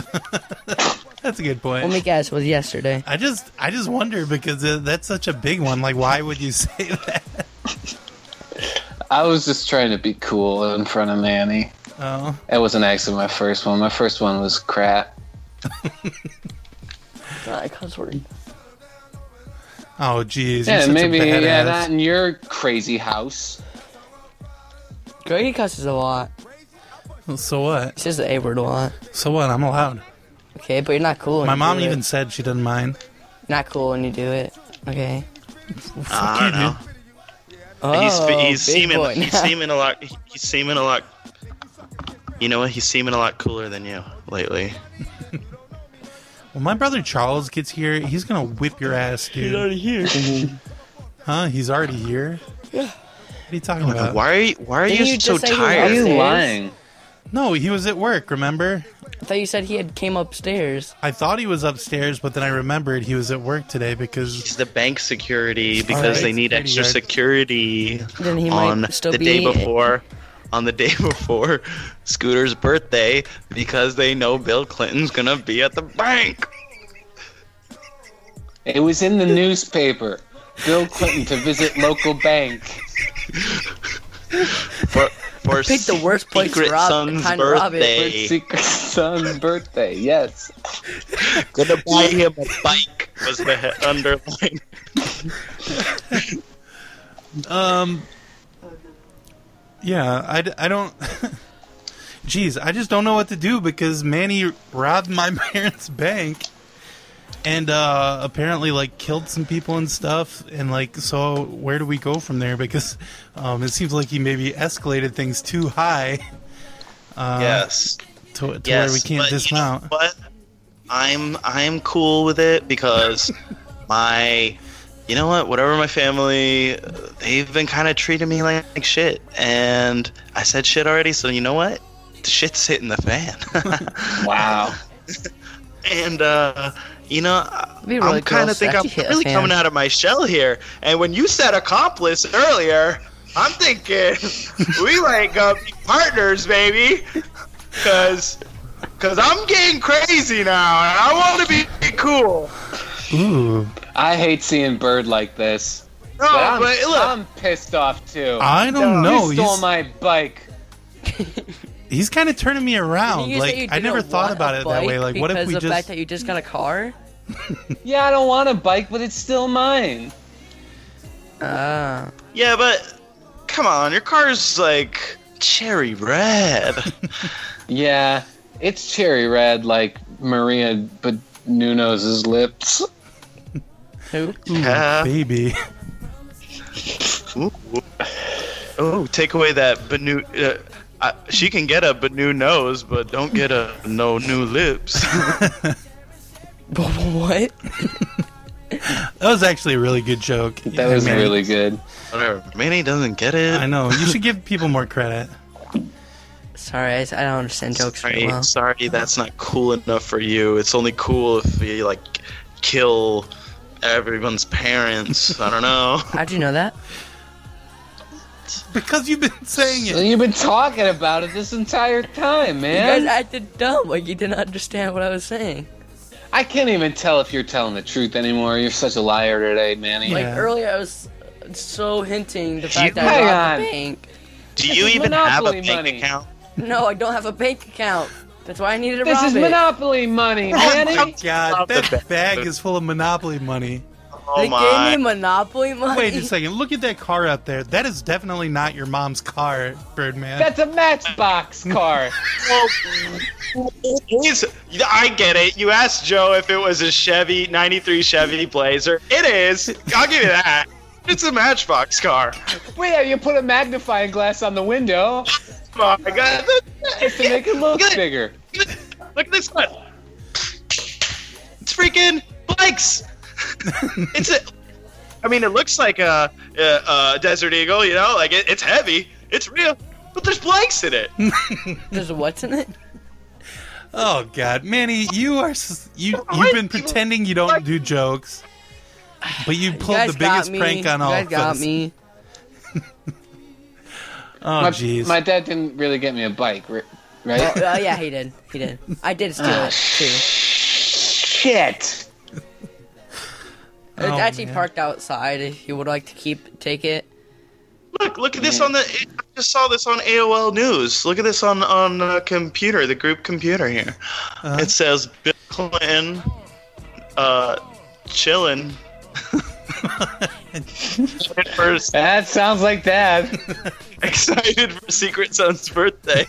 That's a good Let me point. guess. It was yesterday. I just, I just wonder because uh, that's such a big one. Like, why would you say that? I was just trying to be cool in front of Manny. Oh, That wasn't actually my first one. My first one was crap. Not a cuss word. oh, geez. Yeah, you're such maybe. A badass. Yeah, that in your crazy house. Greg cusses a lot. So what? He says the A word a lot. So what? I'm allowed. Okay, but you're not cool. When My you mom do even it. said she doesn't mind. not cool when you do it. Okay. Fuck you, dude. Oh, he's he's big seeming boy. he's seeming a lot he- he's seeming a lot You know what? He's seeming a lot cooler than you lately. When my brother Charles gets here, he's gonna whip your ass, dude. He's already here. huh? He's already here. Yeah. What are you talking about? Why are you why are Didn't you, you so just say he was- tired? You You're Upstairs? lying. No, he was at work. Remember? I thought you said he had came upstairs. I thought he was upstairs, but then I remembered he was at work today because He's the bank security Alright, because they need security extra guard. security Then he might on still the be day before on the day before Scooter's birthday because they know Bill Clinton's gonna be at the bank. It was in the newspaper. Bill Clinton to visit local bank. For, for Pick the worst place to Secret rob- Son's kind of rob it. For birthday. Secret son's birthday. Yes. gonna buy him a bike was the he- underline. um. Yeah, I, d- I don't. Jeez, I just don't know what to do because Manny robbed my parents' bank, and uh, apparently like killed some people and stuff. And like, so where do we go from there? Because um, it seems like he maybe escalated things too high uh, yes. to, to yes. where we can't but you know dismount. what? I'm I'm cool with it because my you know what, whatever my family they've been kind of treating me like, like shit and I said shit already, so you know what? Shit's hitting the fan. Wow. and uh you know, I- Be really I'm kind gross of think if I'm you hit a really fan. coming out of my shell here. And when you said accomplice earlier, I'm thinking we like uh, be partners, baby, because because I'm getting crazy now, and I want to be cool. Ooh, I hate seeing Bird like this. No, But I'm, Oh, but look, I'm pissed off too. I don't know. You stole He's- my bike. he's kind of turning me around. Didn't you say you Like I didn't never thought want about a it that way. bike Like what if because we the fact just that you just got a car? Yeah, I don't want a bike, but it's still mine. Ah. yeah, but come on, your car's like cherry red. Yeah, it's cherry red like Maria but Nuno's lips. who? yeah. baby? Ooh. Oh, take away that Benu. Uh, I, she can get a Benu nose, but don't get a no new lips. What? That was actually a really good joke. That was really good. Whatever. Manny doesn't get it. I know. You should give people more credit. Sorry, I, I don't understand jokes very Sorry, well. sorry, that's not cool enough for you. It's only cool if you like kill everyone's parents. I don't know. How'd you know that? Because you've been saying So it. you've been talking about it this entire time, You guys man. acted dumb, like you didn't understand what I was saying. I can't even tell if you're telling the truth anymore. You're such a liar today, Manny. Like Yeah. earlier, I was so hinting the You- fact that Hang I on. robbed the bank. Do you is even have a Monopoly bank money. account? No, I don't have a bank account. That's why I needed to this rob is it. monopoly money, Oh my Manny. god, that bag is full of Monopoly money. Oh they my. gave me Monopoly money. Wait a second. Look at that car up there. That is definitely not your mom's car, Birdman. That's a Matchbox car. Well, it's- I get it. You asked Joe if it was a Chevy '93 Chevy Blazer. It is. I'll give you that. It's a Matchbox car. Well, yeah, you put a magnifying glass on the window Oh my God. just to make it look Good. bigger. Look at this one. It's freaking bikes. it's a. I mean, it looks like a, a, a Desert Eagle. You know, like it, it's heavy. It's real. But there's blanks in it. There's what's in it? oh God, Manny, you are s- you you've been pretending you don't do jokes, but you You pulled guys the got biggest me. prank on you all guys of got us. me. Oh My, jeez. my dad didn't really get me a bike, ri- Oh, right? oh, yeah, he did. He did. I did steal Ah, it too. Shit. It's Oh, actually man. parked outside. If you would like to keep take it, Look, look at this on the. I just saw this on AOL News. Look at this on on uh, computer, the group computer here. It says Bill Clinton, uh, chilling. excited, for, That sounds like dad. excited for Secret Son's birthday.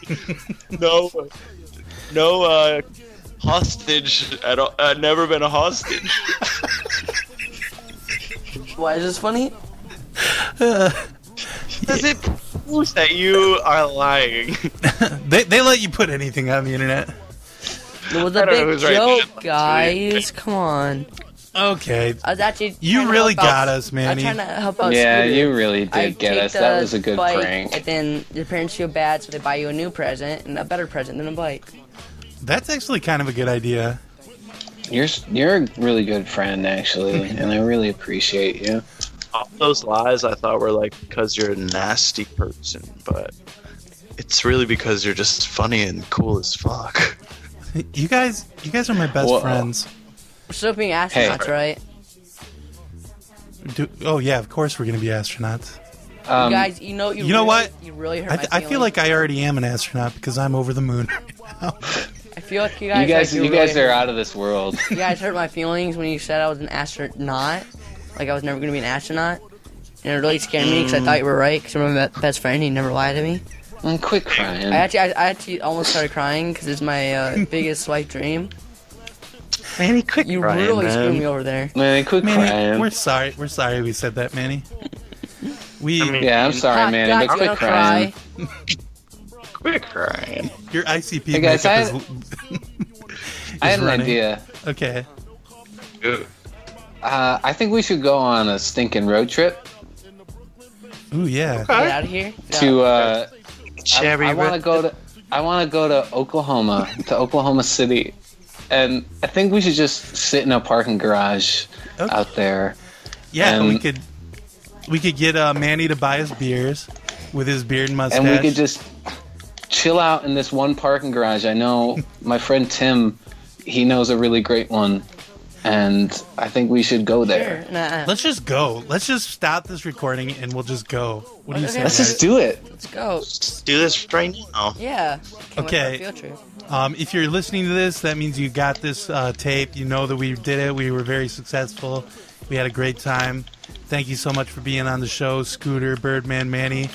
no, no uh, hostage at all. Uh, never been a hostage. why is this funny? Does it prove that you are lying? They they let you put anything on the internet. It was a don't know big who's right. joke, It's really- guys. Come on. Okay. I was actually. You trying to really help out- got us, Manny. I'm trying to help out. yeah, Scooter. you really did Oh, I get take us. That the was a good bike, prank. And then your parents feel bad, so they buy you a new present and a better present than a bike. That's actually kind of a good idea. You're s- you're a really good friend, actually, and I really appreciate you. all those lies I thought were like because you're a nasty person, but it's really because you're just funny and cool as fuck. You guys, you guys are my best Whoa. friends. We're still being astronauts, right? Do, oh yeah, of course we're gonna be astronauts. Um, you guys, you know you. you know really, what? You really hurt I, my I feel like feelings. I already am an astronaut because I'm over the moon. I feel like you guys. you guys, like, you really guys are hurt- out of this world. You guys hurt my feelings when you said I was an astronaut. Like I was never gonna be an astronaut. And it really scared me because I thought you were right. Because I'm my be- best friend. He never lied to me. Mm, Quit crying. I actually, I, I actually almost started crying because it's my uh, biggest life dream. Manny, quick, You really screwed me over there. Manny, quit Manny, crying. we're sorry. We're sorry we said that, Manny. We, yeah, I'm sorry, Ah, Manny, God, but you quit don't crying. cry. Quick crying. your ICP Hey, guys, makeup I- is l- I had an running. idea. okay. Uh, I think we should go on a stinking road trip Ooh yeah. Get out of here. No. to. Uh, I- Cherry I, want to red- go to. I want to go to Oklahoma, to Oklahoma City, and I think we should just sit in a parking garage Okay. out there. Yeah, Um, we could we could get uh, Manny to buy us beers with his beard and mustache. and we could just chill out in this one parking garage. I know my friend Tim, he knows a really great one, and I think we should go there. Nah, Let's just go. Let's just stop this recording and we'll just go. What do you Okay. say? Let's guys? just do it. let's go. Let's do this right now. Yeah. Can't wait for Okay. a Field trip. Um, if you're listening to this, that means you got this uh, tape. You know that we did it. We were very successful. We had a great time. Thank you so much for being on the show, Scooter, Birdman, Manny.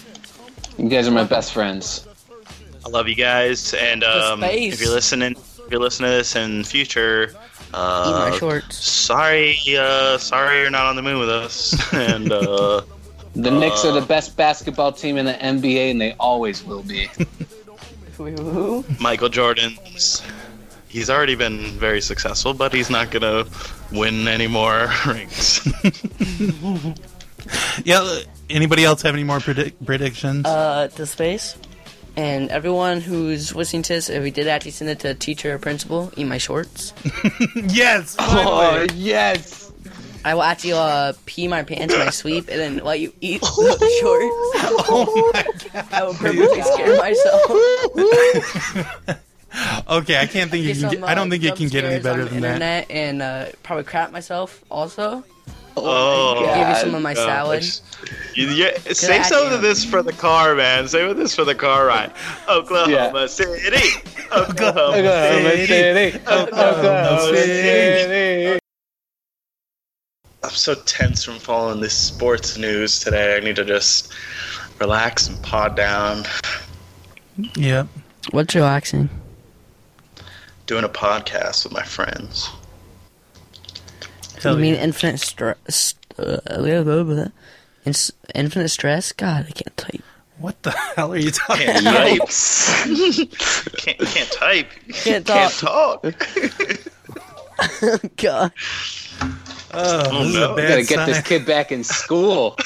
You guys are my best friends. I love you guys, and The um, space. if you're listening, if you're listening to this in future, Eat uh, my shorts. sorry, uh, sorry you're not on the moon with us, and uh, The Knicks are the best basketball team in the NBA, and they always will be. Woo. Michael Jordan's. He's already been very successful, but he's not gonna win any more rings. Yeah. uh, Anybody else have any more predict- predictions? Uh, to space. And everyone who's listening to this, if we did actually send it to a teacher or principal, eat my shorts. yes. Oh finally. yes! I will actually uh, pee my pants in my sleep and then let you eat the shorts. Oh my god. I will purposely scare myself. Okay, I can't think. It Get can some, get, I don't uh, think it can get any jump scares better on the than that. internet And uh, probably crap myself also. Oh, Give you some of my God. salad. You, you, save I some do? of this for the car, man. Save this for the car ride. Oklahoma Yeah. City. Oklahoma. Oklahoma City, Oklahoma City. I'm so tense from following this sports news today. I need to just relax and pod down. Yep. What's relaxing? Doing a podcast with my friends. Hell you mean yeah. infinite stress? Uh, blah, blah, blah. Ins- infinite stress? God, I can't type. What the hell are you talking? Can't type. can't, can't type. Can't Can't talk. talk. God. Oh, this is a no. bad gotta get sign. this kid back in school.